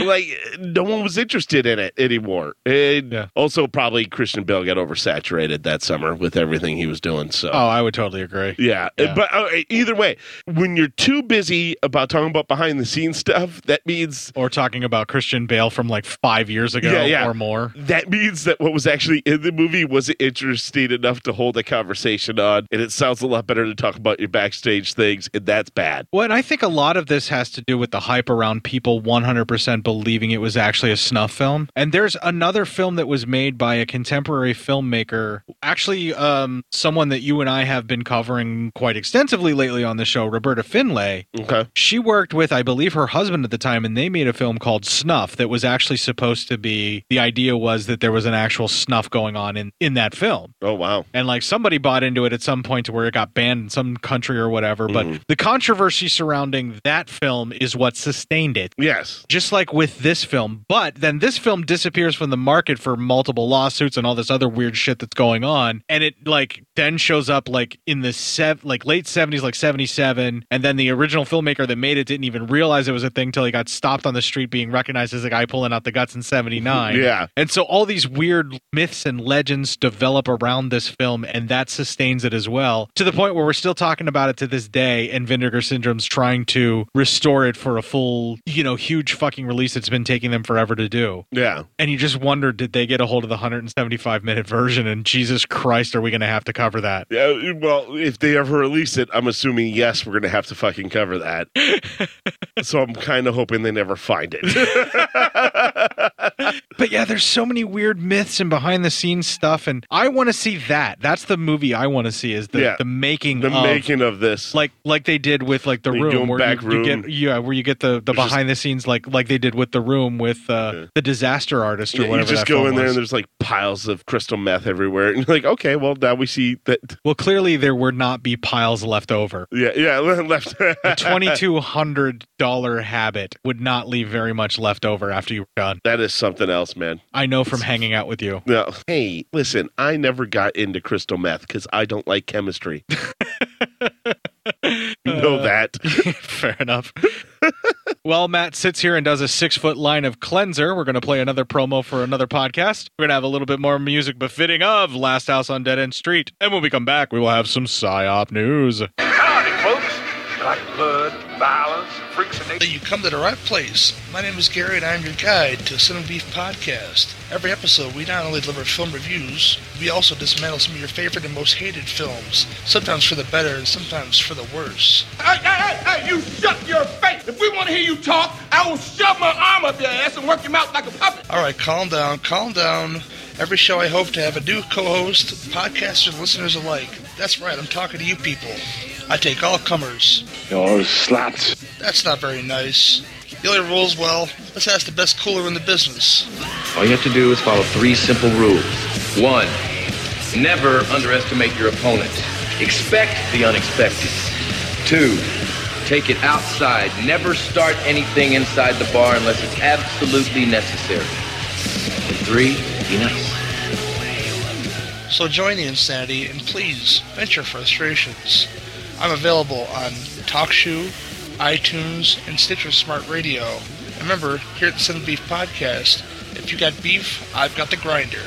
C: like no one was interested in it anymore. And also, probably Christian Bale got oversaturated that summer with everything he was doing. So
B: Oh, I would totally agree.
C: yeah,
B: Yeah.
C: but uh, either way, when you're too busy about talking about behind the scenes stuff, that means
B: Or talking about Christian Bale from like five years ago
C: Yeah, yeah.
B: or more.
C: that means that what was actually in the movie wasn't interesting enough to hold a conversation on, and it sounds a lot better to talk about your backstage things, and that's bad.
B: Well, and I think a lot of this has to do with the hype around people 100% believing it was actually a snuff film. And there's another film that was made by a contemporary filmmaker, actually, um, someone that you and I have been covering quite extensively lately on the show, Roberta Finlay.
C: Okay.
B: She worked with, I believe, her husband at the time, and they made a film called Snuff that was actually supposed to be the idea was that there was an actual snuff going on in, in that film.
C: Oh, wow.
B: And like somebody bought into it at some point to where it got banned in some country story or whatever, but the controversy surrounding that film is what sustained it.
C: Yes.
B: Just like with this film. But then this film disappears from the market for multiple lawsuits and all this other weird shit that's going on. And it like then shows up like in the sev like late seventies, like seventy seven, and then the original filmmaker that made it didn't even realize it was a thing till he got stopped on the street being recognized as the guy pulling out the guts in seventy nine.
C: Yeah.
B: And so all these weird myths and legends develop around this film, and that sustains it as well to the point where we're still talking about it to this day. And Vinegar Syndrome's trying to restore it for a full, you know, huge fucking release that's been taking them forever to do.
C: Yeah.
B: And you just wonder, did they get a hold of the 175 minute version? And Jesus Christ, are we going to have to cover that?
C: Yeah, eh, well, if they ever release it, I'm assuming yes, we're gonna have to fucking cover that. so I'm kind of hoping they never find it.
B: But yeah, there's so many weird myths and behind the scenes stuff, and I want to see that. That's the movie I want to see is the,
C: Yeah.
B: the making
C: the
B: of
C: making of this,
B: like like they did with like the
C: They do
B: room
C: 'em
B: where
C: back
B: you, you
C: room.
B: get yeah where you get the the
C: just-
B: behind the scenes like like they did with the room with uh, the disaster artist or
C: Yeah, you
B: whatever.
C: just
B: that
C: go
B: film
C: in there
B: was.
C: and there's like piles of crystal meth everywhere, and you're like, okay, well now we see that.
B: well, clearly there would not be piles left over.
C: Yeah, yeah, left.
B: The twenty two hundred dollar habit would not leave very much left over after you were done.
C: That is something else, man.
B: I know from hanging out with you.
C: No, hey, listen, I never got into crystal meth because I don't like chemistry. You
B: Uh,
C: know that.
B: Fair enough. Well, Matt sits here and does a six foot line of cleanser. We're going to play another promo for another podcast. We're going to have a little bit more music befitting of Last House on Dead End Street. And when we come back, we will have some PSYOP news.
P: Howdy, folks. Like blood, violence, freaks and You come to the right place. My name is Gary, and I'm your guide to Cinema Beef Podcast. Every episode, we not only deliver film reviews, we also dismantle some of your favorite and most hated films, sometimes for the better and sometimes for the worse.
Q: Hey, hey, hey, hey, you shut your face! If we want to hear you talk, I will shove my arm up your ass and work your mouth like a puppet!
P: All right, calm down, calm down. Every show, I hope to have a new co-host, podcasters, and listeners alike. That's right, I'm talking to you people. I take all comers.
E: You're slut.
P: That's not very nice. The only rules, well, let's ask the best cooler in the business.
R: All you have to do is follow three simple rules. One, never underestimate your opponent. Expect the unexpected. Two, take it outside. Never start anything inside the bar unless it's absolutely necessary. And three, be nice.
P: So join the insanity and please vent your frustrations. I'm available on TalkShoe, iTunes, and Stitcher Smart Radio. And Remember, here at the Sin Beef Podcast, if you got beef, I've got the grinder.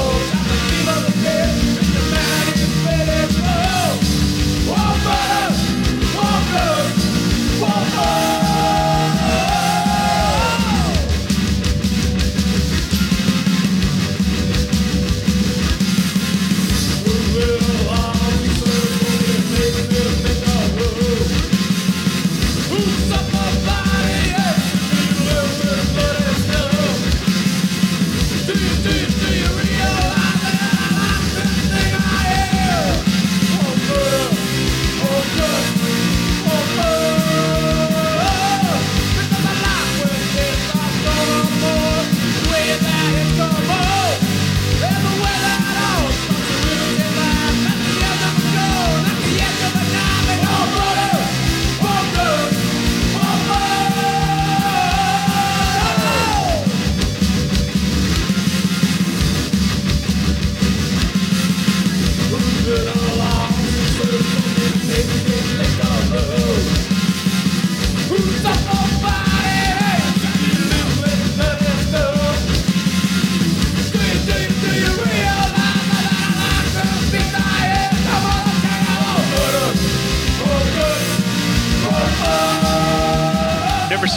H: One blood, one blood, one blood.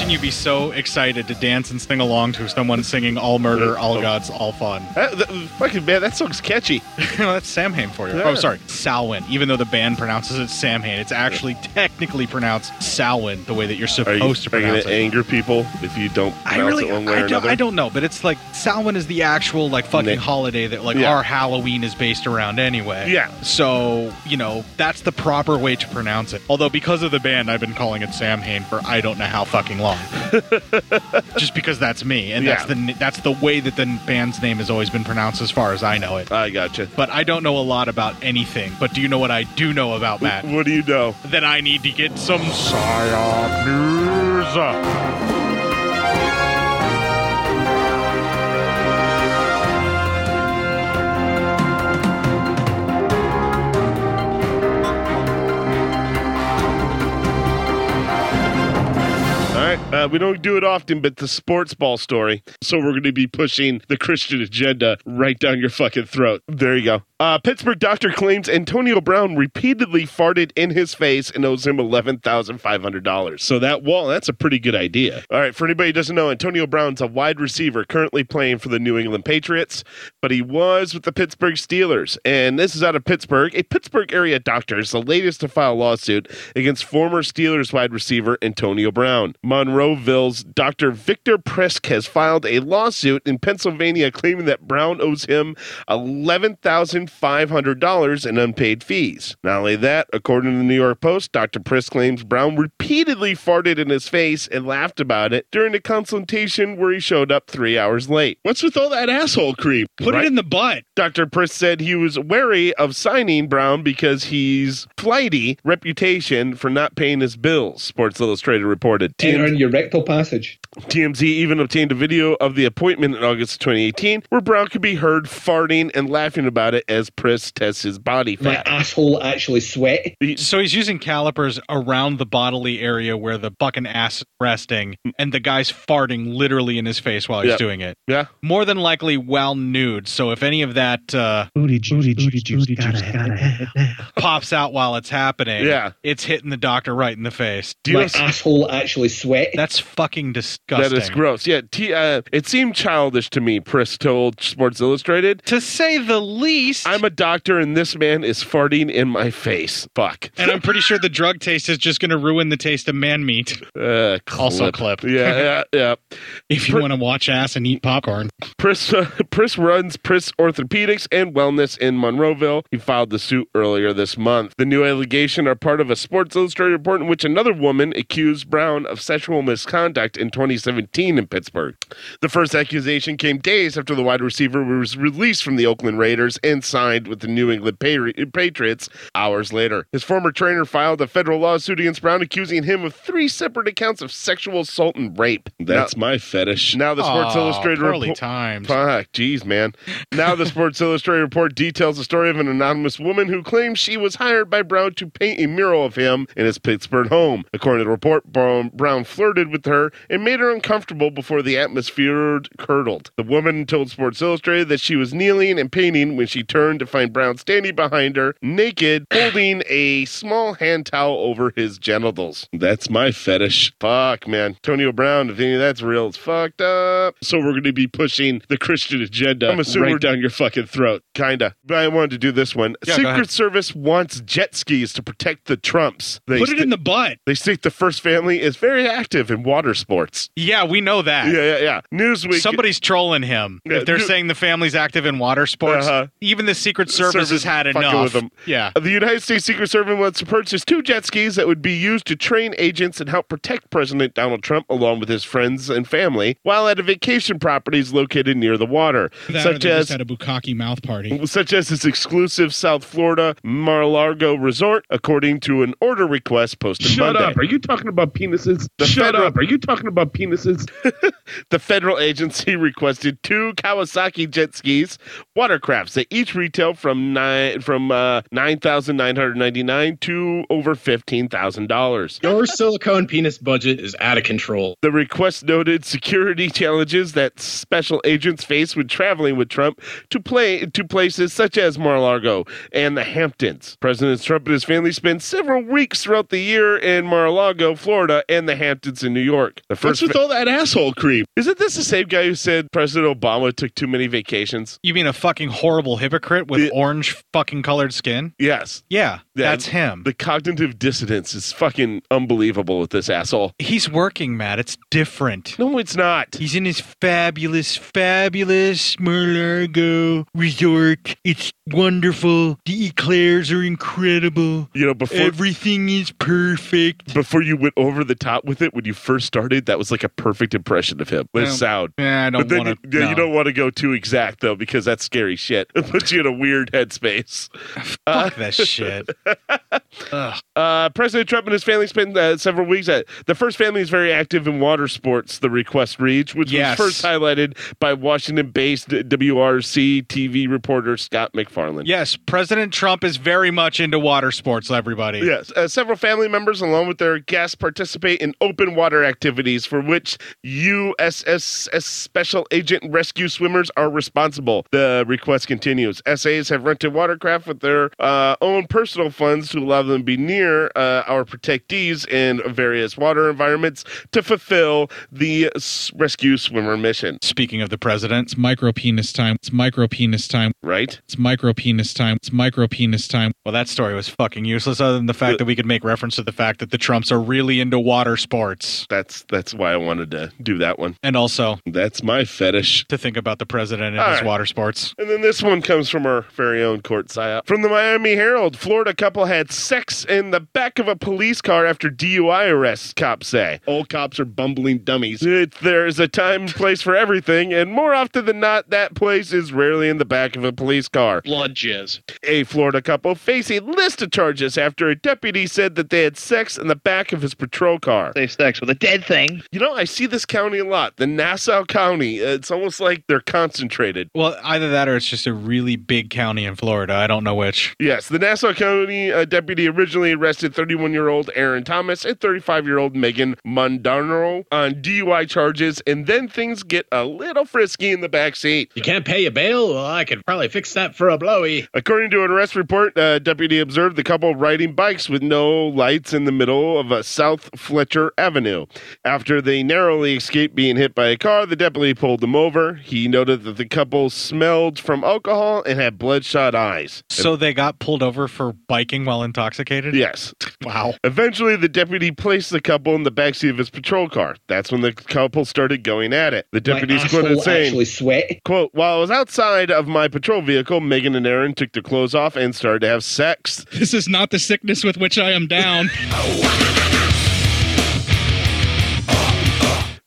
B: you be so excited to dance and sing along to someone singing "All Murder, All Gods, All Fun"?
C: That, that- Uh, fucking man, that song's catchy.
B: That's Samhain for you. Oh, sorry, Salwin. Even though the band pronounces it Samhain, it's actually technically pronounced Salwin the way that you're
C: Are
B: supposed
C: you,
B: to
C: are you gonna
B: pronounce it.
C: anger people if you don't pronounce
B: I really,
C: it one way
B: I
C: or
B: don't,
C: another?
B: I don't know, but it's like Samhain is the actual like fucking
C: Nick.
B: holiday that like
C: Yeah.
B: our Halloween is based around anyway.
C: Yeah.
B: So you know that's the proper way to pronounce it. Although because of the band, I've been calling it Samhain for I don't know how fucking long. Just because that's me, and that's
C: Yeah.
B: the n- that's the way that the band's name has always been pronounced, as far as I know it.
C: I gotcha.
B: But I don't know a lot about anything. But do you know what I do know about Matt?
C: What do you know?
B: Then I need to get some psyop news.
C: All right. Uh, we don't do it often, but the sports ball story. So we're going to be pushing the Christian agenda right down your fucking throat. There you go. Uh, Pittsburgh doctor claims Antonio Brown repeatedly farted in his face and owes him $11,500. So that wall, that's a pretty good idea. All right. For anybody who doesn't know, Antonio Brown's a wide receiver currently playing for the New England Patriots, but he was with the Pittsburgh Steelers. And this is out of Pittsburgh. A Pittsburgh area doctor is the latest to file a lawsuit against former Steelers wide receiver Antonio Brown. Monroeville's Dr. Victor Prisk has filed a lawsuit in Pennsylvania claiming that Brown owes him $11,500 in unpaid fees. Not only that, according to the New York Post, Dr. Prisk claims Brown repeatedly farted in his face and laughed about it during a consultation where he showed up three hours late. What's with all that asshole creep?
B: Put it in the butt.
C: Dr. Priss said he was wary of signing Brown because he's flighty reputation for not paying his bills, Sports Illustrated reported.
S: Enter in your rectal passage.
C: TMZ even obtained a video of the appointment in August of 2018 where Brown could be heard farting and laughing about it as Priss tests his body
S: My
C: fat.
S: asshole actually sweat.
B: So he's using calipers around the bodily area where the fucking ass is resting, and the guy's farting literally in his face while he's
C: Yeah.
B: doing it.
C: Yeah.
B: More than likely while nude. So if any of that uh, pops out while it's happening,
S: Yeah.
B: it's hitting the doctor right in the face.
S: Do you My know- asshole actually sweat?
B: That's fucking disgusting.
C: That is gross. Yeah, t- uh, it seemed childish to me. Priss told Sports Illustrated,
B: to say the least.
C: I'm a doctor, and this man is farting in my face. Fuck.
B: And I'm pretty sure the drug taste is just going to ruin the taste of man meat.
C: Uh,
B: Also clip.
C: Yeah, yeah, yeah.
B: If you want to watch ass and eat popcorn.
C: Pris, uh, Pris runs Pris Orthopedics and Wellness in Monroeville. He filed the suit earlier this month. The new allegation are part of a Sports Illustrated report in which another woman accused Brown of sexual misconduct in 2017 in Pittsburgh. The first accusation came days after the wide receiver was released from the Oakland Raiders and signed with the New England Patri- Patriots hours later. His former trainer filed a federal lawsuit against Brown accusing him of three separate accounts of sexual assault and rape.
J: That's
C: my fetish. Now the Sports
B: Aw,
C: Illustrated
B: poorly
C: report-
B: times.
C: Fuck, jeez, man. Now the Sports Illustrated report details the story of an anonymous woman who claims she was hired by Brown to paint a mural of him in his Pittsburgh home. According to the report, Brown, Brown flirted with her and made her uncomfortable before the atmosphere curdled. The woman told Sports Illustrated that she was kneeling and painting when she turned to find Brown standing behind her, naked, holding a small hand towel over his genitals. That's my fetish. Fuck, man. Antonio Brown, if any of that's real, it's fucked up. So we're going to be pushing the Christian agenda I'm assuming
J: right
C: we're down your fucking throat. Kinda. But I wanted to do this one.
J: Yeah, go ahead.
C: Secret Service wants jet skis to protect the Trumps. They
B: Put it in the butt.
C: They state the first family is very active in water sports.
B: Yeah, we know that.
C: Yeah, yeah, yeah. Newsweek.
B: Somebody's trolling him.
C: Yeah,
B: if they're
C: dude-
B: saying the family's active in water sports,
C: Uh-huh.
B: even the Secret Service, has had
C: fucking
B: enough.
C: with them.
B: Yeah.
C: The United States Secret Service wants to purchase two jet skis that would be used to train agents and help protect President Donald Trump along with his friends and family while at a vacation properties located near the water, such as
B: a bukkake mouth party.
C: such as his exclusive South Florida Mar-a-Lago resort, according to an order request posted
J: Shut
C: Monday.
J: up. Are you talking about penises? Shut up. Are you talking about penises?
C: the federal agency requested two Kawasaki jet skis, watercrafts. They each retail from nine from uh, nine thousand nine hundred ninety nine to over fifteen thousand dollars.
T: Your silicone penis budget is out of control.
C: The request noted security challenges that special agents face when traveling with Trump to play to places such as Mar-a-Lago and the Hamptons. President Trump and his family spent several weeks throughout the year in Mar-a-Lago, Florida, and the Hamptons in New York. The
B: What's with all
C: that asshole creep? Isn't this the same guy who said President Obama took too many vacations?
B: You mean a fucking horrible hypocrite with orange fucking colored skin?
C: Yes.
B: Yeah, that's him.
C: The cognitive dissonance is fucking unbelievable with this asshole.
B: He's working, Matt. It's different.
C: No, it's not.
B: He's in his fabulous, fabulous Mar-a-Lago resort. It's wonderful. The eclairs are incredible.
C: You know, before
B: everything is perfect.
C: Before you went over the top with it when you first started, that was like a perfect impression of him. With
B: Yeah.
C: sound.
B: Yeah, I don't
C: But then
B: wanna-
C: you, yeah,
B: no.
C: you don't want to go too exact though, because that's scary shit. It puts you in a weird headspace. Fuck
B: that shit.
C: Uh, President Trump and his family spent uh, several weeks at the first family is very active in water sports. The request reads, which
B: Yes.
C: was first highlighted by Washington-based WRC TV reporter Scott McFarland.
B: Yes, President Trump is very much into water sports, everybody.
C: Yes, uh, several family members, along with their guests, participate in open water activities for which USS Special Agent Rescue Swimmers are responsible. The request continues. SAs have rented watercraft with their uh, own personal funds to allow them to be near uh, our protectees in various water environments to fulfill the s- rescue swimmer mission.
B: Speaking of the president, it's micro penis time. It's micro penis time.
C: Right?
B: It's micro penis time. It's micro penis time. Well, that story was fucking useless, other than the fact that we could make reference to the fact that the Trumps are really into water sports.
C: That's that's why I wanted to do that one.
B: And also,
C: that's my fetish
B: to think about the president and
C: All
B: his
C: right.
B: water sports.
C: And then this one comes from our very own court psyop. From the Miami Herald, Florida couple had sex in the back of a police car after DUI arrests, cops say. Old cops are bumbling dummies. It, there's a time and place for everything, and more often than not, that place is rarely in the back of a police car.
T: Blood jizz.
C: A Florida couple face a list of charges after a deputy said that they had sex in the back of his patrol car. They have sex with a dead thing. You know, I see this county a lot. The Nassau County. uh, It's almost like they're concentrated.
B: Well, either that or it's just a really big county in Florida. I don't know which.
C: Yes, the Nassau County uh, deputy originally arrested 31 year old Aaron Thomas and 35 year old Megan Mondano on DUI charges, and then things get a little frisky in the backseat.
T: You can't pay a bail? uh. Well, I could probably fix that for a blowy.
C: According to an arrest report, uh, deputy observed the couple riding bikes with no lights in the middle of a South Fletcher Avenue. After they narrowly escaped being hit by a car, the deputy pulled them over. He noted that the couple smelled from alcohol and had bloodshot eyes.
B: So they got pulled over for biking while intoxicated?
C: Yes.
B: Wow.
C: Eventually, the deputy placed the couple in the backseat of his patrol car. That's when the couple started going at it. The deputies quoted
S: asshole
C: saying,
S: actually sweat.
C: "Quote: While I was outside of my patrol vehicle, Megan and Aaron took their clothes off and started to have sex.
T: This is not the sickness with which I am down.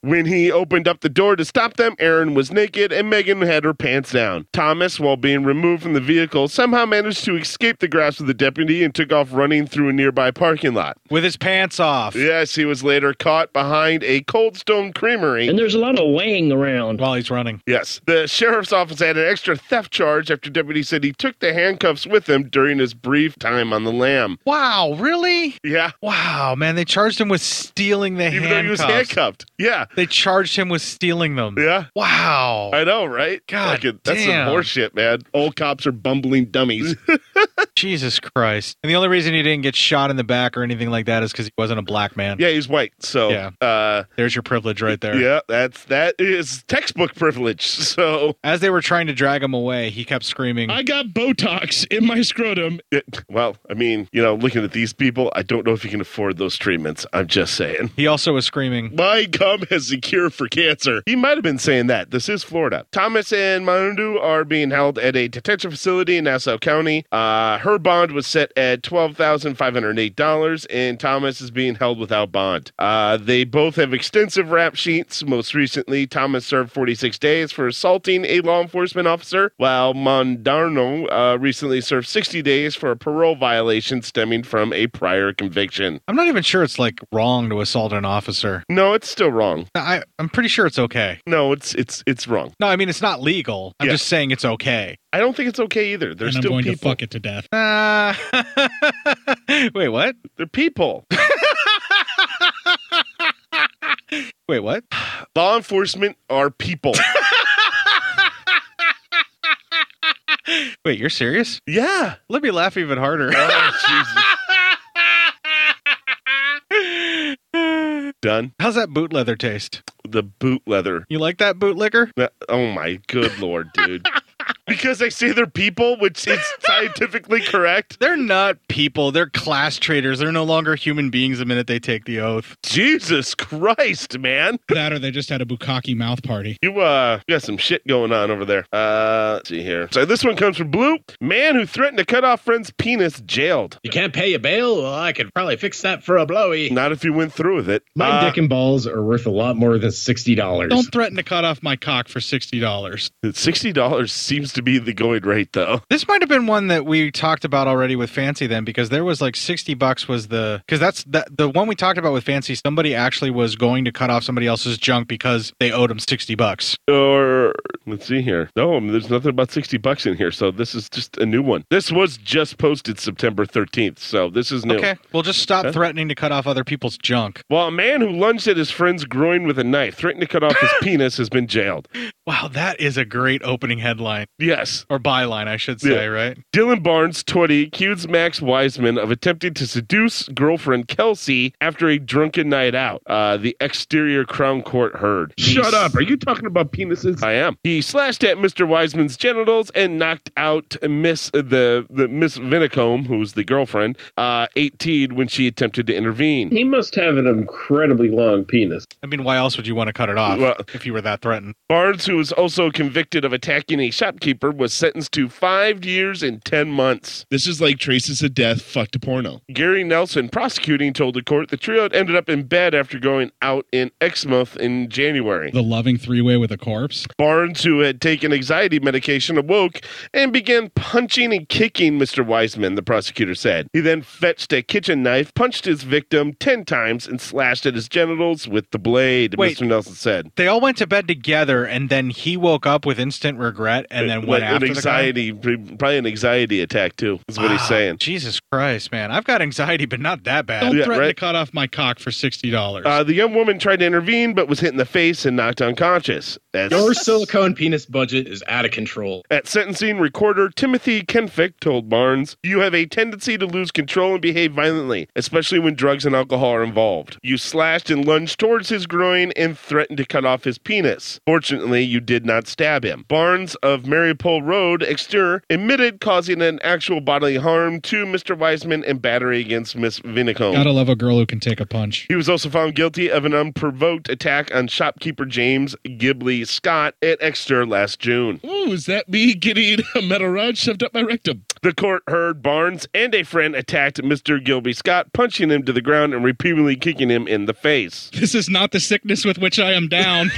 C: When he opened up the door to stop them, Aaron was naked and Megan had her pants down. Thomas, while being removed from the vehicle, somehow managed to escape the grasp of the deputy and took off running through a nearby parking lot.
B: With his pants off.
C: Yes, he was later caught behind a Cold Stone Creamery.
U: And there's a lot of weighing around.
B: While he's running.
C: Yes. The sheriff's office had an extra theft charge after deputy said he took the handcuffs with him during his brief time on the lam.
B: Wow, really?
C: Yeah.
B: Wow, man, they charged him with stealing the
C: Even though he was
B: handcuffs.
C: handcuffed. Yeah.
B: They charged him with stealing them.
C: Yeah.
B: Wow.
C: I know, right?
B: God
C: Fucking- that's
B: damn.
C: some horseshit, man. Old cops are bumbling dummies.
B: Jesus Christ. And the only reason he didn't get shot in the back or anything like that is because he wasn't a black man.
C: yeah, he's white, so
B: Yeah.
C: uh
B: There's your privilege right there.
C: yeah, that's that is textbook privilege. So
B: As they were trying to drag him away, he kept screaming,
T: I got Botox in my scrotum.
C: it- well, I mean, you know, looking at these people, I don't know if you can afford those treatments. I'm just saying.
B: He also was screaming,
C: My gum has a cure for cancer. He might have been saying that. This is Florida. Thomas and Manundu are being held at a detention facility in Nassau County. Uh, her bond was set at $12,508, and Thomas is being held without bond. Uh, they both have extensive rap sheets. Most recently, Thomas served 46 days for assaulting a law enforcement officer, while Mondarno uh, recently served 60 days for a parole violation stemming from a prior conviction.
B: I'm not even sure it's like wrong to assault an officer.
C: No, it's still wrong. wrong.
B: I, I'm pretty sure it's okay.
C: No, it's it's it's wrong.
B: No, I mean it's not legal. I'm just saying it's okay.
C: I don't think it's okay either. There's
B: And I'm
C: still
B: going to
C: people.
B: fuck it to death. Wait, what?
C: They're people.
B: Wait, what?
C: Law enforcement are people.
B: Wait, you're serious?
C: Yeah.
B: Let me laugh even harder.
C: Done.
B: How's that boot leather taste?
C: The boot leather.
B: You like that boot liquor?
C: oh my good lord, dude. because I say they're people, which is scientifically correct.
B: They're not people. They're class traitors. They're no longer human beings the minute they take the oath.
C: Jesus Christ, man.
G: That or they just had a bukkake mouth party.
C: You uh you got some shit going on over there. Uh let's see here. So this one comes from Blue. Man who threatened to cut off friend's penis jailed.
T: You can't pay your bail? Well, I could probably fix that for a blowy.
C: Not if you went through with it.
T: My
C: Uh,
T: dick and balls are worth a lot more than $60.
G: Don't threaten to cut off my cock for sixty dollars.
C: Sixty dollars seems to be the going rate though.
B: This might have been one that we talked about already with Fancy then because there was like 60 bucks was the cuz that's that, the one we talked about with Fancy somebody actually was going to cut off somebody else's junk because they owed him 60 bucks.
C: Or let's see here. No, I mean, there's nothing about sixty bucks in here, so this is just a new one. This was just posted September thirteenth, so this is new.
B: Okay, we'll just stop
C: Huh?
B: threatening to cut off other people's junk.
C: Well, a man who lunged at his friend's groin with a knife, threatened to cut off his penis, has been jailed.
B: Wow, that is a great opening headline.
C: Yes.
B: Or byline, I should say,
C: Yeah.
B: right?
C: Dylan Barnes, 20, accused Max Wiseman of attempting to seduce girlfriend Kelsey after a drunken night out. Uh, the exterior Crown Court heard.
T: Shut up. Are
C: you talking about penises? I am. He slashed at Mr. Wiseman's genitals and knocked out Miss the, the Miss Vinicombe, who's the girlfriend, uh, 18, when she attempted to intervene.
V: He must have an incredibly long penis.
B: I mean, why else would you want to cut it off
C: Well-
B: if you were that threatened?
C: Barnes, who was also convicted of attacking a shopkeeper, was sentenced to five years and ten months.
W: This is like traces of death fucked to porno.
C: Gary Nelson, prosecuting, told the court the trio had ended up in bed after going out in Exmouth in January.
G: The loving three way with a corpse.
C: Barnes, who had taken anxiety medication, awoke and began punching and kicking Mr. Wiseman, the prosecutor said. He then fetched a kitchen knife, punched his victim 10 times, and slashed at his genitals with the blade,
B: Wait.
C: Mr. Nelson said.
B: They all went to bed together and then he woke up with instant regret and then went
C: Like
B: after
C: an
B: the Ah. guy?
C: anxiety, probably an anxiety attack, too, is what he's
B: Wow.
C: saying.
B: Jesus Christ, man. I've got anxiety, but not that bad.
G: Don't threaten
C: right.
G: to cut off my cock for sixty dollars.
C: Uh, the young woman tried to intervene, but was hit in the face and knocked unconscious. At,
T: Your silicone penis budget is out of control.
C: at sentencing, recorder Timothy Kenfick told Barnes, "You have a tendency to lose control and behave violently, especially when drugs and alcohol are involved. You slashed and lunged towards his groin and threatened to cut off his penis. Fortunately, you did not stab him." Barnes of Marypole Road, Exeter, admitted causing an actual bodily harm to Mr. Wiseman and battery against Miss Vinicombe.
G: Gotta love a girl who can take a punch.
C: He was also found guilty of an unprovoked attack on shopkeeper James Gibley Scott at Exeter last June.
W: Ooh, is that me getting a metal rod shoved up my rectum?
C: The court heard Barnes and a friend attacked Mr. Gilby Scott, punching him to the ground and repeatedly kicking him in the face.
G: This is not the sickness with which I am down.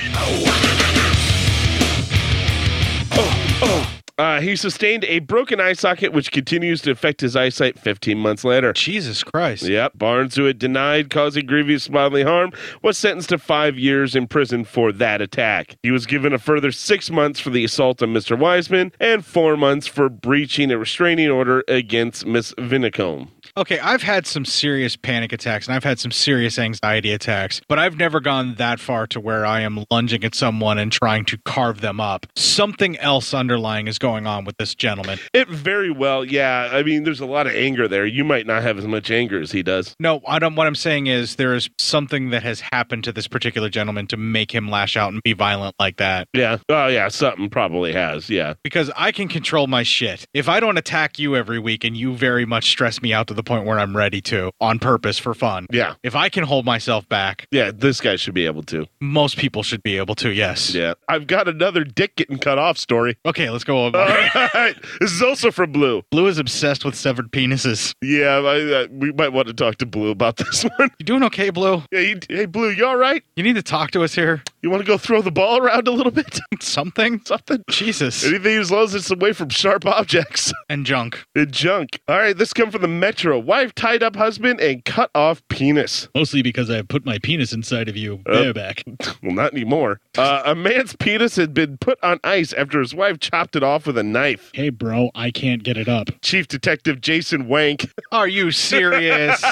C: Uh, he sustained a broken eye socket, which continues to affect his eyesight 15 months later.
B: Jesus Christ.
C: Yep. Barnes, who had denied causing grievous bodily harm, was sentenced to five years in prison for that attack. He was given a further six months for the assault on Mr. Wiseman and four months for breaching a restraining order against Miss Vinicombe.
B: Okay, I've had some serious panic attacks and I've had some serious anxiety attacks, but I've never gone that far to where I am lunging at someone and trying to carve them up. Something else underlying is going on with this gentleman.
C: It very well, yeah. I mean, there's a lot of anger there. You might not have as much anger as he does.
B: No, I don't. What I'm saying is there is something that has happened to this particular gentleman to make him lash out and be violent like that.
C: Yeah. Oh, yeah. Something probably has. Yeah.
B: Because I can control my shit. If I don't attack you every week and you very much stress me out to the point where I'm ready to on purpose for fun.
C: Yeah.
B: If I can hold myself back,
C: Yeah. This guy should be able to.
B: most people should be able to. Yes.
C: Yeah. I've got another dick getting cut off story.
B: Okay, let's go. Over.
C: All right. This is also from Blue.
B: Blue is obsessed with severed penises.
C: Yeah, I, I, we might want to talk to Blue about this one.
B: You doing okay, Blue?
C: Yeah, you, hey, Blue, you all right?
B: You need to talk to us here.
C: You want to go throw the ball around a little bit?
B: Something?
C: Something?
B: Jesus.
C: Anything as long as it's away from sharp objects
B: and junk.
C: and junk. All right, this come from the Metro. a wife, tied up husband, and cut off penis.
G: Mostly because I put my penis inside of you.
C: Uh,
G: bareback.
C: Well, not anymore. Uh, a man's penis had been put on ice after his wife chopped it off with a knife.
G: Hey, bro, I can't get it up.
C: Chief Detective Jason Wank.
B: Are you serious?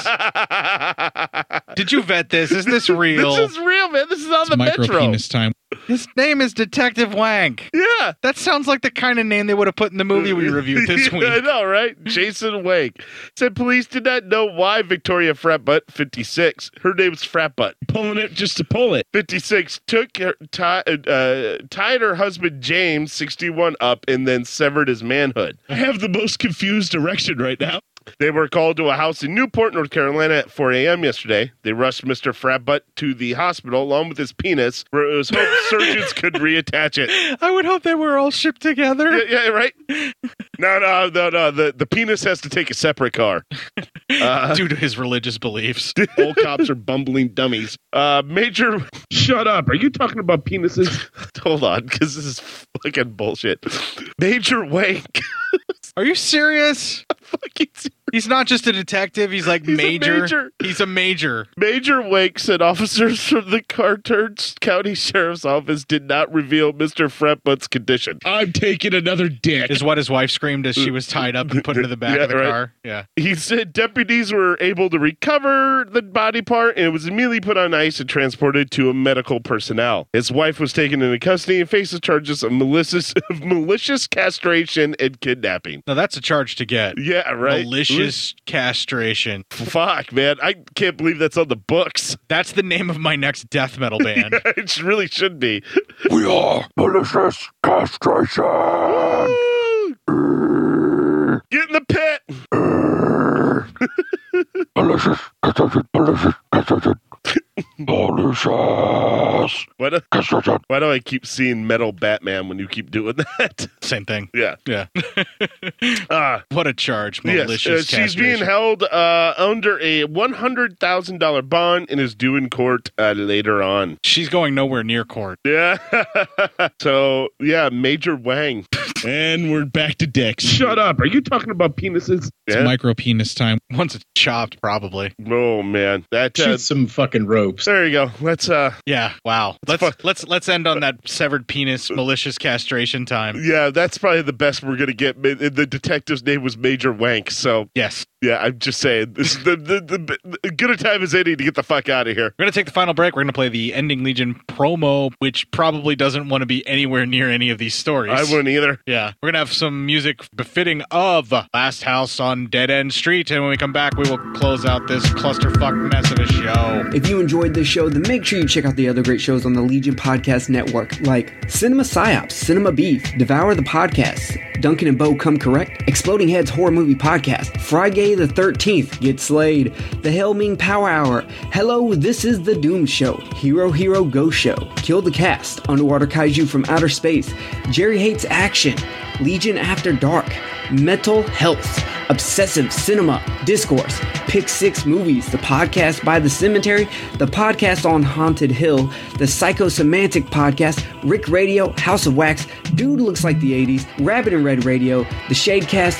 B: Did you vet this? Is this real?
C: This is real, man. This is on the
G: Micro
C: Metro.
G: penis time.
B: His name is Detective Wank.
C: Yeah.
B: That sounds like the kind of name they would have put in the movie we reviewed this
C: Yeah, I
B: week.
C: know, right? Jason Wake said police did not know why Victoria Fratbutt, 56, her name's Fratbutt. Pulling it just to pull it. 56 took her, tie, uh, tied her husband James, 61, up and then severed his manhood. I have the most confused erection right now. They were called to a house in Newport, North Carolina at 4 a.m. yesterday. They rushed Mr. Fratbutt to the hospital along with his penis, where it was hoped surgeons could reattach it.
B: I would hope they were all shipped together.
C: Yeah, yeah, right. No, no, no, no. The the penis has to take a separate car
B: due to his religious beliefs.
C: All cops are bumbling dummies. Uh, Major, shut up. Are you talking about penises? Hold on, because this is fucking bullshit. Major Wank.
B: Are you serious? He's not just a detective. He's like
C: a
B: major.
C: major.
B: He's a major.
C: Major Wake said officers from the Carter's County Sheriff's Office did not reveal Mr. Fretbutt's condition. I'm taking another dick.
B: Is what his wife screamed as she was tied up and put into the back
C: Yeah,
B: of the
C: right.
B: car. Yeah.
C: He said deputies were able to recover the body part and it was immediately put on ice and transported to a medical personnel. His wife was taken into custody and faces charges of malicious, of malicious castration and kidnapping.
B: Now that's a charge to get.
C: Yeah, right.
B: Malicious castration.
C: Fuck, man. I can't believe that's on the books.
B: That's the name of my next death metal band.
C: it really should be.
E: We are malicious castration.
C: Get in the pit.
E: Malicious castration. Malicious castration. malicious.
C: Why do, why do I keep seeing metal Batman when you keep doing that?
B: Same thing.
C: Yeah.
B: Yeah.
C: Ah.
B: what a charge.
C: Yes, uh,
B: Malicious
C: she's being
B: castration.
C: held uh, under a one hundred thousand dollar bond and is due in court uh, later on.
B: She's going nowhere near court.
C: Yeah. so yeah, Major Wang.
W: And we're back to dicks. Shut up. Are you talking about penises?
G: It's micro penis time.
B: Once it's chopped, probably.
C: Oh man, that
G: Shoot
W: some fucking ropes.
C: There you go. Let's uh
B: Yeah. Wow. Let's let's let's end on that severed penis malicious castration time.
C: Yeah, that's probably the best we're gonna get. Ma- The detective's name was Major Wank, so
B: yes.
C: Yeah, I'm just saying this is the the, the, the good a time as any to get the fuck out of here.
B: We're going to take the final break. We're going to play the Ending Legion promo, which probably doesn't want to be anywhere near any of these stories.
C: I wouldn't either.
B: Yeah. We're going to have some music befitting of Last House on Dead End Street. And when we come back, we will close out this clusterfuck mess of a show.
X: If you enjoyed this show, then make sure you check out the other great shows on the Legion Podcast Network, like Cinema Psyops, Cinema Beef, Devour the Podcast, Duncan and Bo Come Correct, Exploding Heads Horror Movie Podcast, Friday the 13th, Get Slayed, The Helming Power Hour, Hello, This is the Doom Show, Hero Hero Go Show, Kill the Cast, Underwater Kaiju from Outer Space, Jerry Hates Action, Legion After Dark, Mental Health, Obsessive Cinema, Discourse, Pick Six Movies, the podcast by The Cemetery, the podcast on Haunted Hill, the Psychosemantic podcast, Rick Radio, House of Wax, Dude Looks Like the 80s, Rabbit and Red Radio, The Shadecast,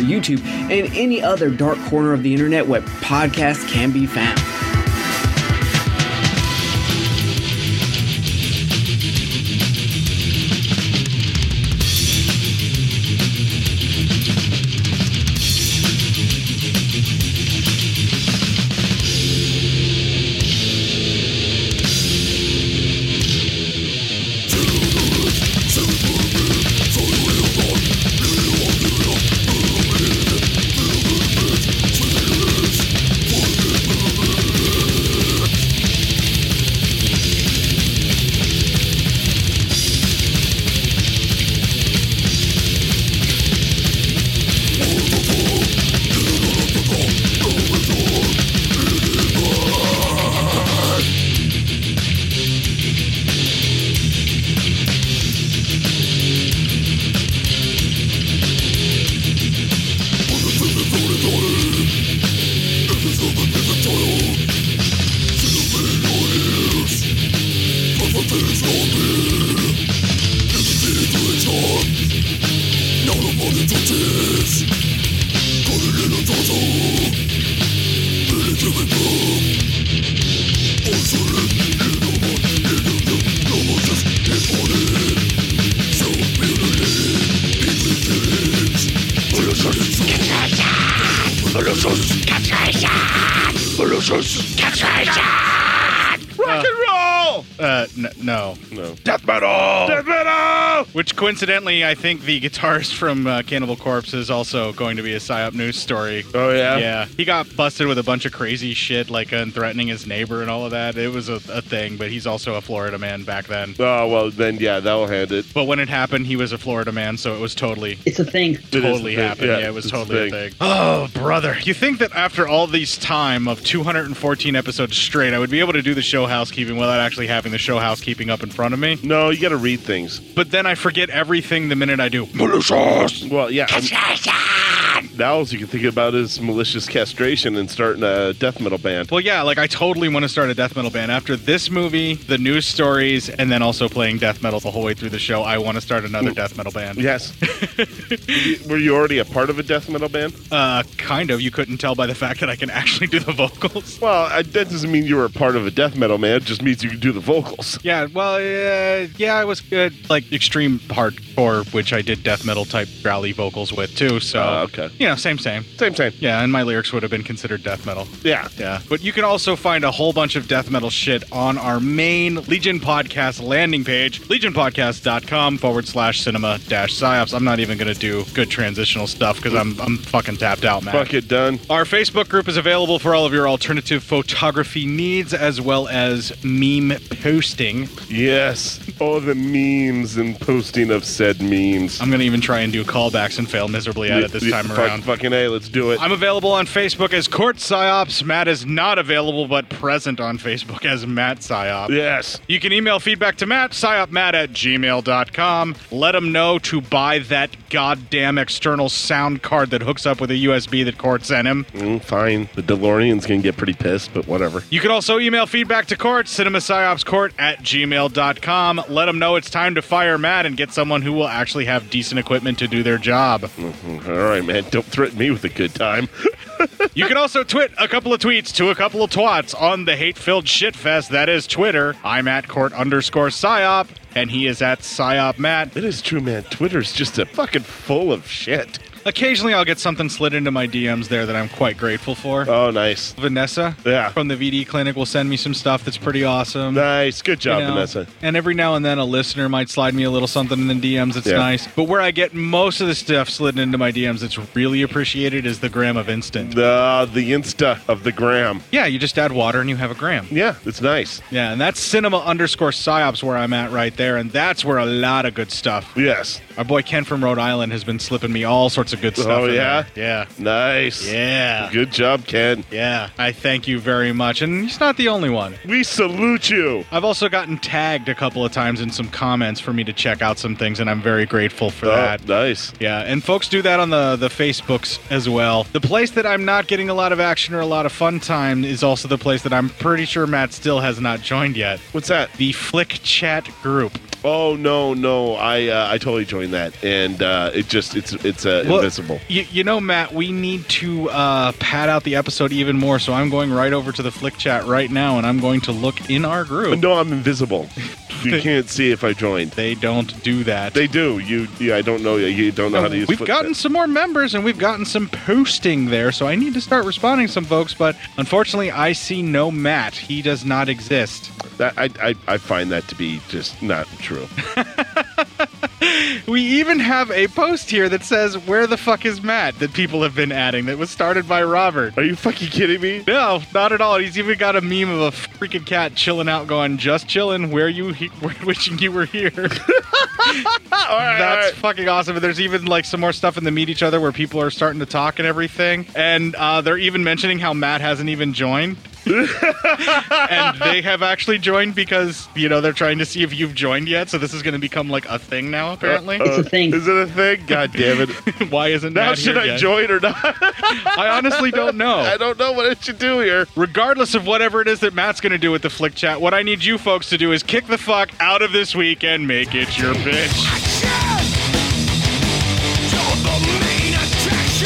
X: YouTube, and any other dark corner of the internet where podcasts can be found.
H: Thank you.
B: Rock and roll! Uh, n- no.
C: No.
B: Death metal!
C: Death metal!
B: Which coincidentally, I think the guitarist from uh, Cannibal Corpse is also going to be a PSYOP news story.
C: Oh, yeah?
B: Yeah. He got busted with a bunch of crazy shit, like uh, and threatening his neighbor and all of that. It was a, a thing, but he's also a Florida man back then.
C: Oh, well, then, yeah, that'll hand it.
B: But when it happened, he was a Florida man, so it was totally.
U: It's a thing.
C: It is
B: Totally
C: a thing.
B: happened. Yeah,
C: Yeah,
B: it was
C: it's a
B: totally a
C: thing.
B: thing. Oh, brother. You think that after all these time of 214 episodes straight, I would be able to do the show housekeeping without actually having the show housekeeping up in front of me?
C: No, you gotta read things.
B: But then I forget everything the minute I do.
C: Well, yeah. I'm- Now, all you can think about is malicious castration and starting a death metal band.
B: Well, yeah, like I totally want to start a death metal band. After this movie, the news stories, and then also playing death metal the whole way through the show, I want to start another death metal band.
C: Yes. Were you already a part of a death metal band?
B: Uh, kind of. You couldn't tell by the fact that I can actually do the vocals.
C: Well, I, that doesn't mean you were a part of a death metal man. It just means you can do the vocals.
B: Yeah, well, uh, yeah, I was good, like extreme hardcore, which I did death metal type growly vocals with too. So,
C: Oh, okay,
B: you know, same, same,
C: same, same.
B: Yeah, and my lyrics would have been considered death metal.
C: Yeah.
B: Yeah. But you can also find a whole bunch of death metal shit on our main Legion Podcast landing page, legionpodcast.com forward slash cinema dash psyops. I'm not even going to do good transitional stuff because I'm, I'm fucking tapped out, man.
C: Fuck it, done.
B: Our Facebook group is available for all of your alternative photography needs as well as meme posting.
C: Yes. All the memes and posting of said memes.
B: I'm going to even try and do callbacks and fail miserably at it this time
C: Fuck-
B: around.
C: Fucking A, let's do it.
B: I'm available on Facebook as Court Psyops. Matt is not available, but present on Facebook as Matt Psyop.
C: Yes.
B: You can email feedback to Matt, psyopmatt at gmail.com. Let him know to buy that goddamn external sound card that hooks up with a USB that Court sent him.
C: Mm, fine. The DeLorean's gonna get pretty pissed, but whatever.
B: You can also email feedback to Court, cinemapsyopscourt at gmail.com. Let him know it's time to fire Matt and get someone who will actually have decent equipment to do their job.
C: Mhm. All right, man. Don't threaten me with a good time.
B: You can also twit a couple of tweets to a couple of twats on the hate-filled shitfest that is Twitter. I'm at court underscore psyop, and he is at psyop Matt.
C: It is true, man. Twitter's just a fucking full of shit.
B: Occasionally, I'll get something slid into my DMs there that I'm quite grateful for.
C: Oh, nice.
B: Vanessa,
C: Yeah.
B: from the VD clinic, will send me some stuff that's pretty awesome.
C: Nice. Good job,
B: You know,
C: Vanessa.
B: And every now and then a listener might slide me a little something in the DMs that's
C: Yeah.
B: nice. But where I get most of the stuff slid into my DMs that's really appreciated is the gram of instant.
C: The the Insta of the gram.
B: Yeah, you just add water and you have a gram.
C: Yeah, it's nice.
B: Yeah, and that's cinema underscore psyops where I'm at right there, and that's where a lot of good stuff.
C: Yes.
B: Our boy Ken from Rhode Island has been slipping me all sorts of good stuff.
C: Oh
B: in
C: yeah.
B: there. yeah.
C: Nice.
B: Yeah.
C: Good job, Ken.
B: Yeah, I thank you very much. And he's not the only one.
C: We salute you.
B: I've also gotten tagged a couple of times in some comments for me to check out some things, and I'm very grateful for
C: Oh,
B: that.
C: nice.
B: Yeah, and folks do that on the the Facebooks as well. The place that I'm not getting a lot of action or a lot of fun time is also the place that I'm pretty sure Matt still has not joined yet.
C: What's that?
B: The Flick Chat group.
C: Oh no, no. I uh, I totally joined that, and uh, it just it's it's uh,
B: Well,
C: invisible.
B: You, you know, Matt, we need to uh, pad out the episode even more, so I'm going right over to the Flick Chat right now, and I'm going to look in our group.
C: No, I'm invisible. you can't see if I joined.
B: They don't do that.
C: They do. You. Yeah, I don't know. You don't know how to use.
B: We've
C: Flipchat.
B: gotten some more members and we've gotten some posting there, so I need to start responding to some folks, but unfortunately, I see no Matt. He does not exist.
C: That, I, I I find that to be just not true.
B: We even have a post here that says, Where the fuck is Matt? that people have been adding that was started by Robert.
C: Are you fucking kidding me?
B: No, not at all. He's even got a meme of a freaking cat chilling out, going, "Just chilling. Where you? He- where wishing you were here." That's fucking awesome. And there's even like some more stuff in the meet each other where people are starting to talk and everything, and uh, they're even mentioning how Matt hasn't even joined. and they have actually joined because you know they're trying to see if you've joined yet. So this is going to become like a thing now. Apparently,
C: Uh, Is it a thing? God damn it.
B: Why isn't
C: now
B: Matt
C: should
B: here
C: I
B: yet? Oh.
C: join or not?
B: I honestly don't know.
C: I don't know what I should do here.
B: regardless of whatever it is that Matt's going to do with the Flick Chat, what I need you folks to do is kick the fuck out of this week and make it your bitch.
H: You're the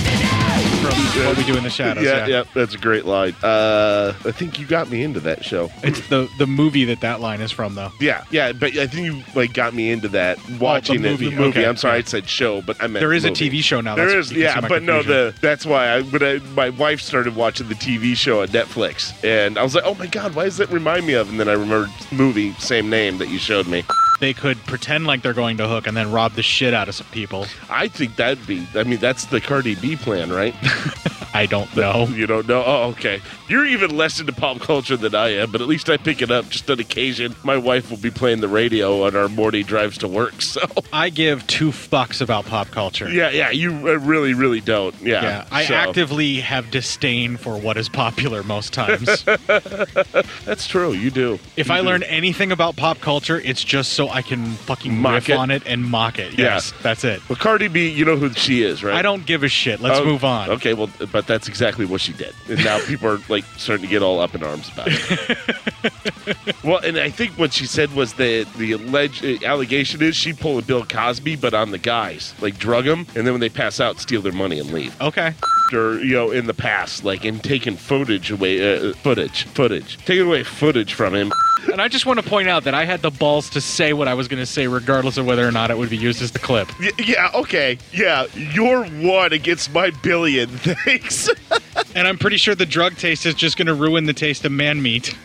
B: what we do in the shadows.
C: yeah,
B: yeah,
C: yeah, that's a great line. Uh, I think you got me into that show.
B: It's the the movie that that line is from, though.
C: Yeah, yeah, but I think you like got me into that watching it.
B: Oh, movie,
C: The movie.
B: okay.
C: I'm sorry, I said show, but I meant
B: There is a
C: movie.
B: TV show now,
C: There
B: that's-
C: is,
B: you can see
C: yeah,
B: my
C: but no,
B: confusion.
C: the that's why I when I my wife started watching the TV show on Netflix, and I was like, oh my god, why does that remind me of? And then I remembered movie same name that you showed me.
B: They could pretend like they're going to hook and then rob the shit out of some people.
C: I think that'd be. I mean, that's the Cardi B plan, right?
B: I don't know.
C: You don't know? Oh, okay. You're even less into pop culture than I am, but at least I pick it up just on occasion. My wife will be playing the radio on our morning drives to work, so.
B: I give two fucks about pop culture.
C: Yeah, yeah, you uh, really, really don't. Yeah.
B: I
C: so.
B: actively have disdain for what is popular most times.
C: That's true. You do.
B: if
C: You
B: I
C: do.
B: learn anything about pop culture, it's just so I can fucking
C: Mock
B: riff
C: it.
B: on it and mock it. Yes, that's it.
C: Well, Cardi B, you know who she is, right?
B: I don't give a shit. Let's
C: Oh,
B: move on.
C: Okay, well, but that's exactly what she did, and now people are like starting to get all up in arms about it. well, and I think what she said was that the alleged uh, allegation is she pulled a Bill Cosby, but on the guys, like drug them, and then when they pass out, steal their money and leave.
B: Okay.
C: Or you know, in the past, like in taking footage away, uh, footage, footage, taking away footage from him.
B: And I just want to point out that I had the balls to say what I was going to say, regardless of whether or not it would be used as the clip.
C: Y- yeah, okay, yeah, you're one against my billion. Thanks.
G: and I'm pretty sure the drug taste is just going to ruin the taste of man meat.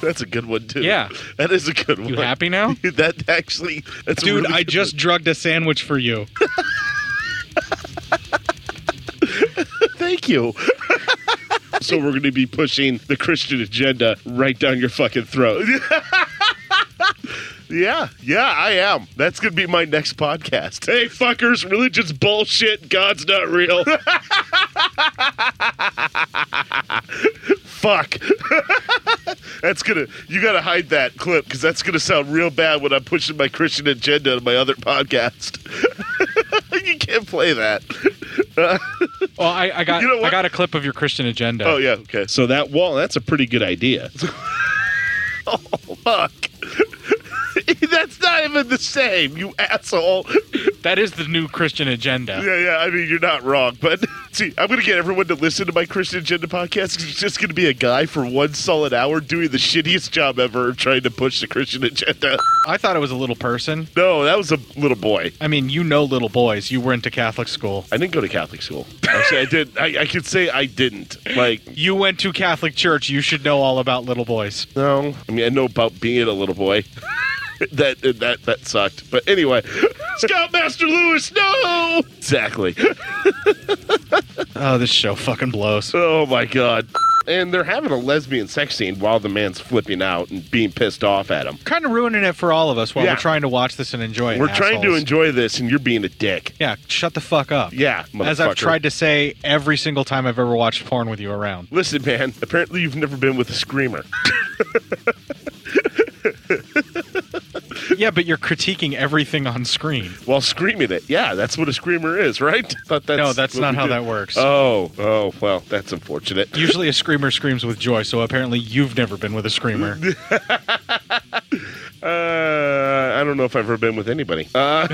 C: That's a good one too.
G: Yeah.
C: that is a good one.
G: You happy now?
C: that actually, that's a
G: Dude,
C: really
G: I
C: good
G: just drugged a sandwich for you.
C: Thank you. so we're going to be pushing the Christian agenda right down your fucking throat. yeah, yeah, I am. That's going to be my next podcast. Hey, fuckers, religion's bullshit. God's not real. Fuck. that's gonna. You gotta hide that clip because that's gonna sound real bad when I'm pushing my Christian agenda on my other podcast. you can't play that.
B: Well, I, I got
C: You know what?
B: I got a clip of your Christian agenda.
C: Oh yeah, okay. So that wall, that's a pretty good idea. oh fuck. that's not even the same, you asshole.
B: That is the new Christian agenda.
C: Yeah, yeah, I mean you're not wrong, but see, I'm gonna get everyone to listen to my Christian Agenda podcast 'cause it's just gonna be a guy for one solid hour doing the shittiest job ever of trying to push the Christian agenda.
B: I thought it was a little person.
C: No, that was a little boy.
B: I mean, you know little boys. You went to Catholic school.
C: I didn't go to Catholic school. Actually I did I, I could say I didn't. Like
B: You went to Catholic church. You should know all about little boys.
C: No, I mean I know about being a little boy. that that that sucked. But anyway, Scoutmaster Lewis, no. Exactly.
B: Oh, this show fucking blows.
C: Oh my god. And they're having a lesbian sex scene while the man's flipping out and being pissed off at him.
B: Kind of ruining it for all of us while
C: Yeah.
B: we're trying to watch this and enjoy it.
C: We're trying to
B: assholes.
C: enjoy this, and you're being a dick.
B: Yeah, shut the fuck up.
C: Yeah,
B: As I've
C: motherfucker.
B: tried to say every single time I've ever watched porn with you around.
C: Listen, man. Apparently, you've never been with a screamer.
B: yeah, but you're critiquing everything on screen.
C: while screaming it. Yeah, that's what a screamer is, right? But that's
B: No, that's
C: what
B: not
C: we
B: how
C: do.
B: that works.
C: Oh, oh, well, that's unfortunate.
B: Usually a screamer screams with joy, so apparently you've never been with a screamer.
C: Uh, I don't know if I've ever been with anybody. Uh,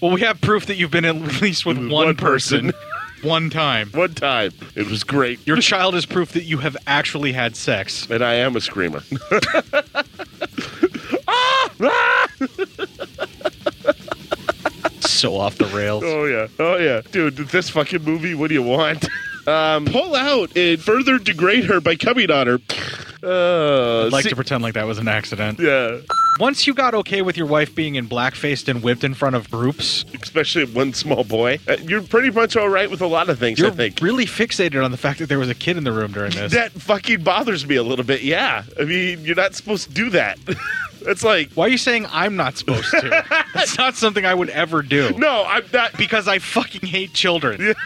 B: well, we have proof that you've been at least with one, person. One time.
C: One time. It was great.
B: Your child is proof that you have actually had sex.
C: And I am a screamer.
B: so off the rails.
C: Oh yeah, oh yeah, dude. This fucking movie. What do you want? Um, pull out and further degrade her by coming on her. Uh,
B: I'd like
C: see-
B: to pretend like that was an accident.
C: Yeah.
B: Once you got okay with your wife being in blackfaced and whipped in front of groups,
C: especially one small boy, uh, you're pretty much all right with a lot of things.
B: you're
C: I think
B: really fixated on the fact that there was a kid in the room during this.
C: that fucking bothers me a little bit. Yeah, I mean, you're not supposed to do that. That's like
B: why are you saying I'm not supposed to? That's not something I would ever do.
C: No, I'm not
B: because I fucking hate children.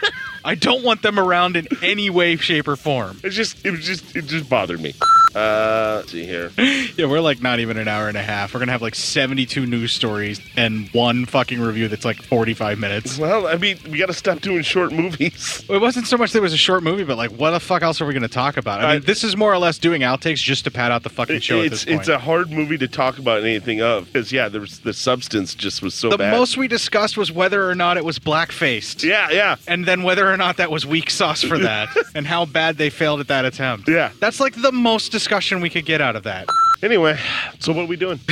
B: I don't want them around in any way, shape, or form.
C: It just, it was just, it just bothered me. Uh, let's see here.
B: yeah, we're like not even an hour and a half. We're gonna have like seventy-two news stories and one fucking review that's like forty-five minutes.
C: Well, I mean, we got to stop doing short movies.
B: It wasn't so much that it was a short movie, but like, what the fuck else are we gonna talk about? I mean, this is more or less doing outtakes just to pad out the fucking show at
C: It's
B: this point.
C: it's a hard movie to talk about anything of because yeah, there was, the substance just was so
B: the
C: bad.
B: most we discussed was whether or not it was blackfaced.
C: Yeah, yeah.
B: And then whether or not that was weak sauce for that, and how bad they failed at that attempt.
C: Yeah.
B: That's like the most discussion we could get out of that.
C: Anyway, so what are we doing?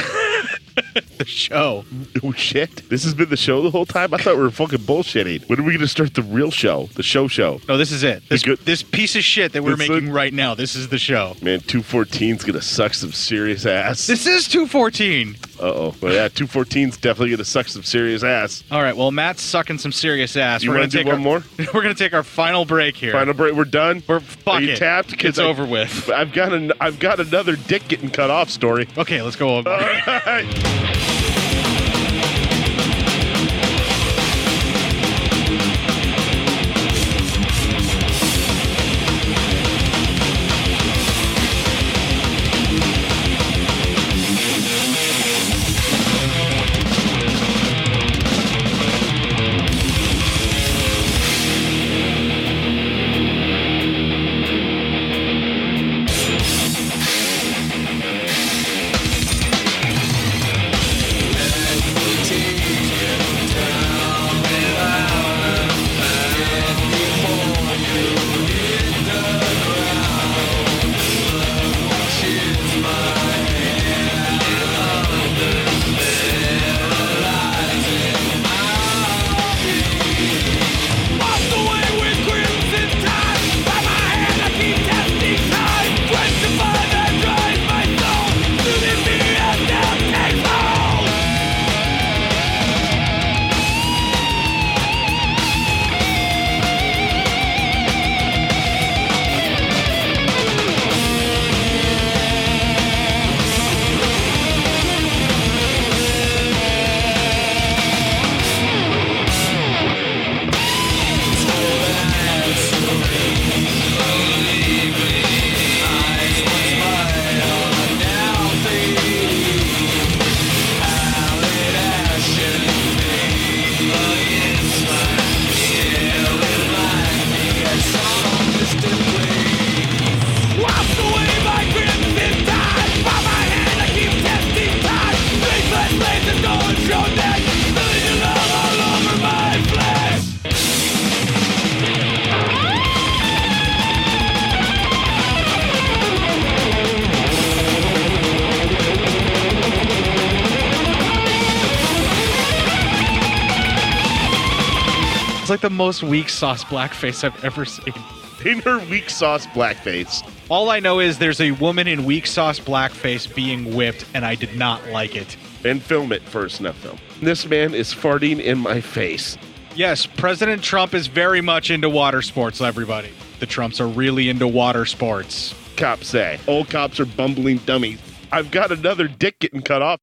B: the show.
C: Oh shit! This has been the show the whole time. I thought we were fucking bullshitting. When are we going to start the real show? The show show.
B: No, this is it. This, this piece of shit that we're
C: This
B: making right now. This is the show.
C: Man, two fourteen's gonna suck some serious ass.
B: This is two fourteen.
C: Uh oh. Well, yeah, two fourteen's definitely gonna suck some serious ass.
B: All right. Well, Matt's sucking some serious ass.
C: You
B: we're
C: wanna
B: gonna
C: do
B: take
C: one
B: our,
C: more?
B: We're gonna take our final break here.
C: Final break. We're done. We're
B: fuck
C: you
B: it.
C: tapped. 'Cause
B: It's over with.
C: I've got an I've got another dick getting cut off story.
B: Okay, let's go. Over. It's like the most weak sauce blackface I've ever seen.
C: In her weak sauce blackface.
B: All I know is there's a woman in weak sauce blackface being whipped, and I did not like it.
C: And film it first, not film. This man is farting in my face.
B: Yes, President Trump is very much into water sports, everybody. The Trumps are really into water sports.
C: Cops say old cops are bumbling dummies. I've got another dick getting cut off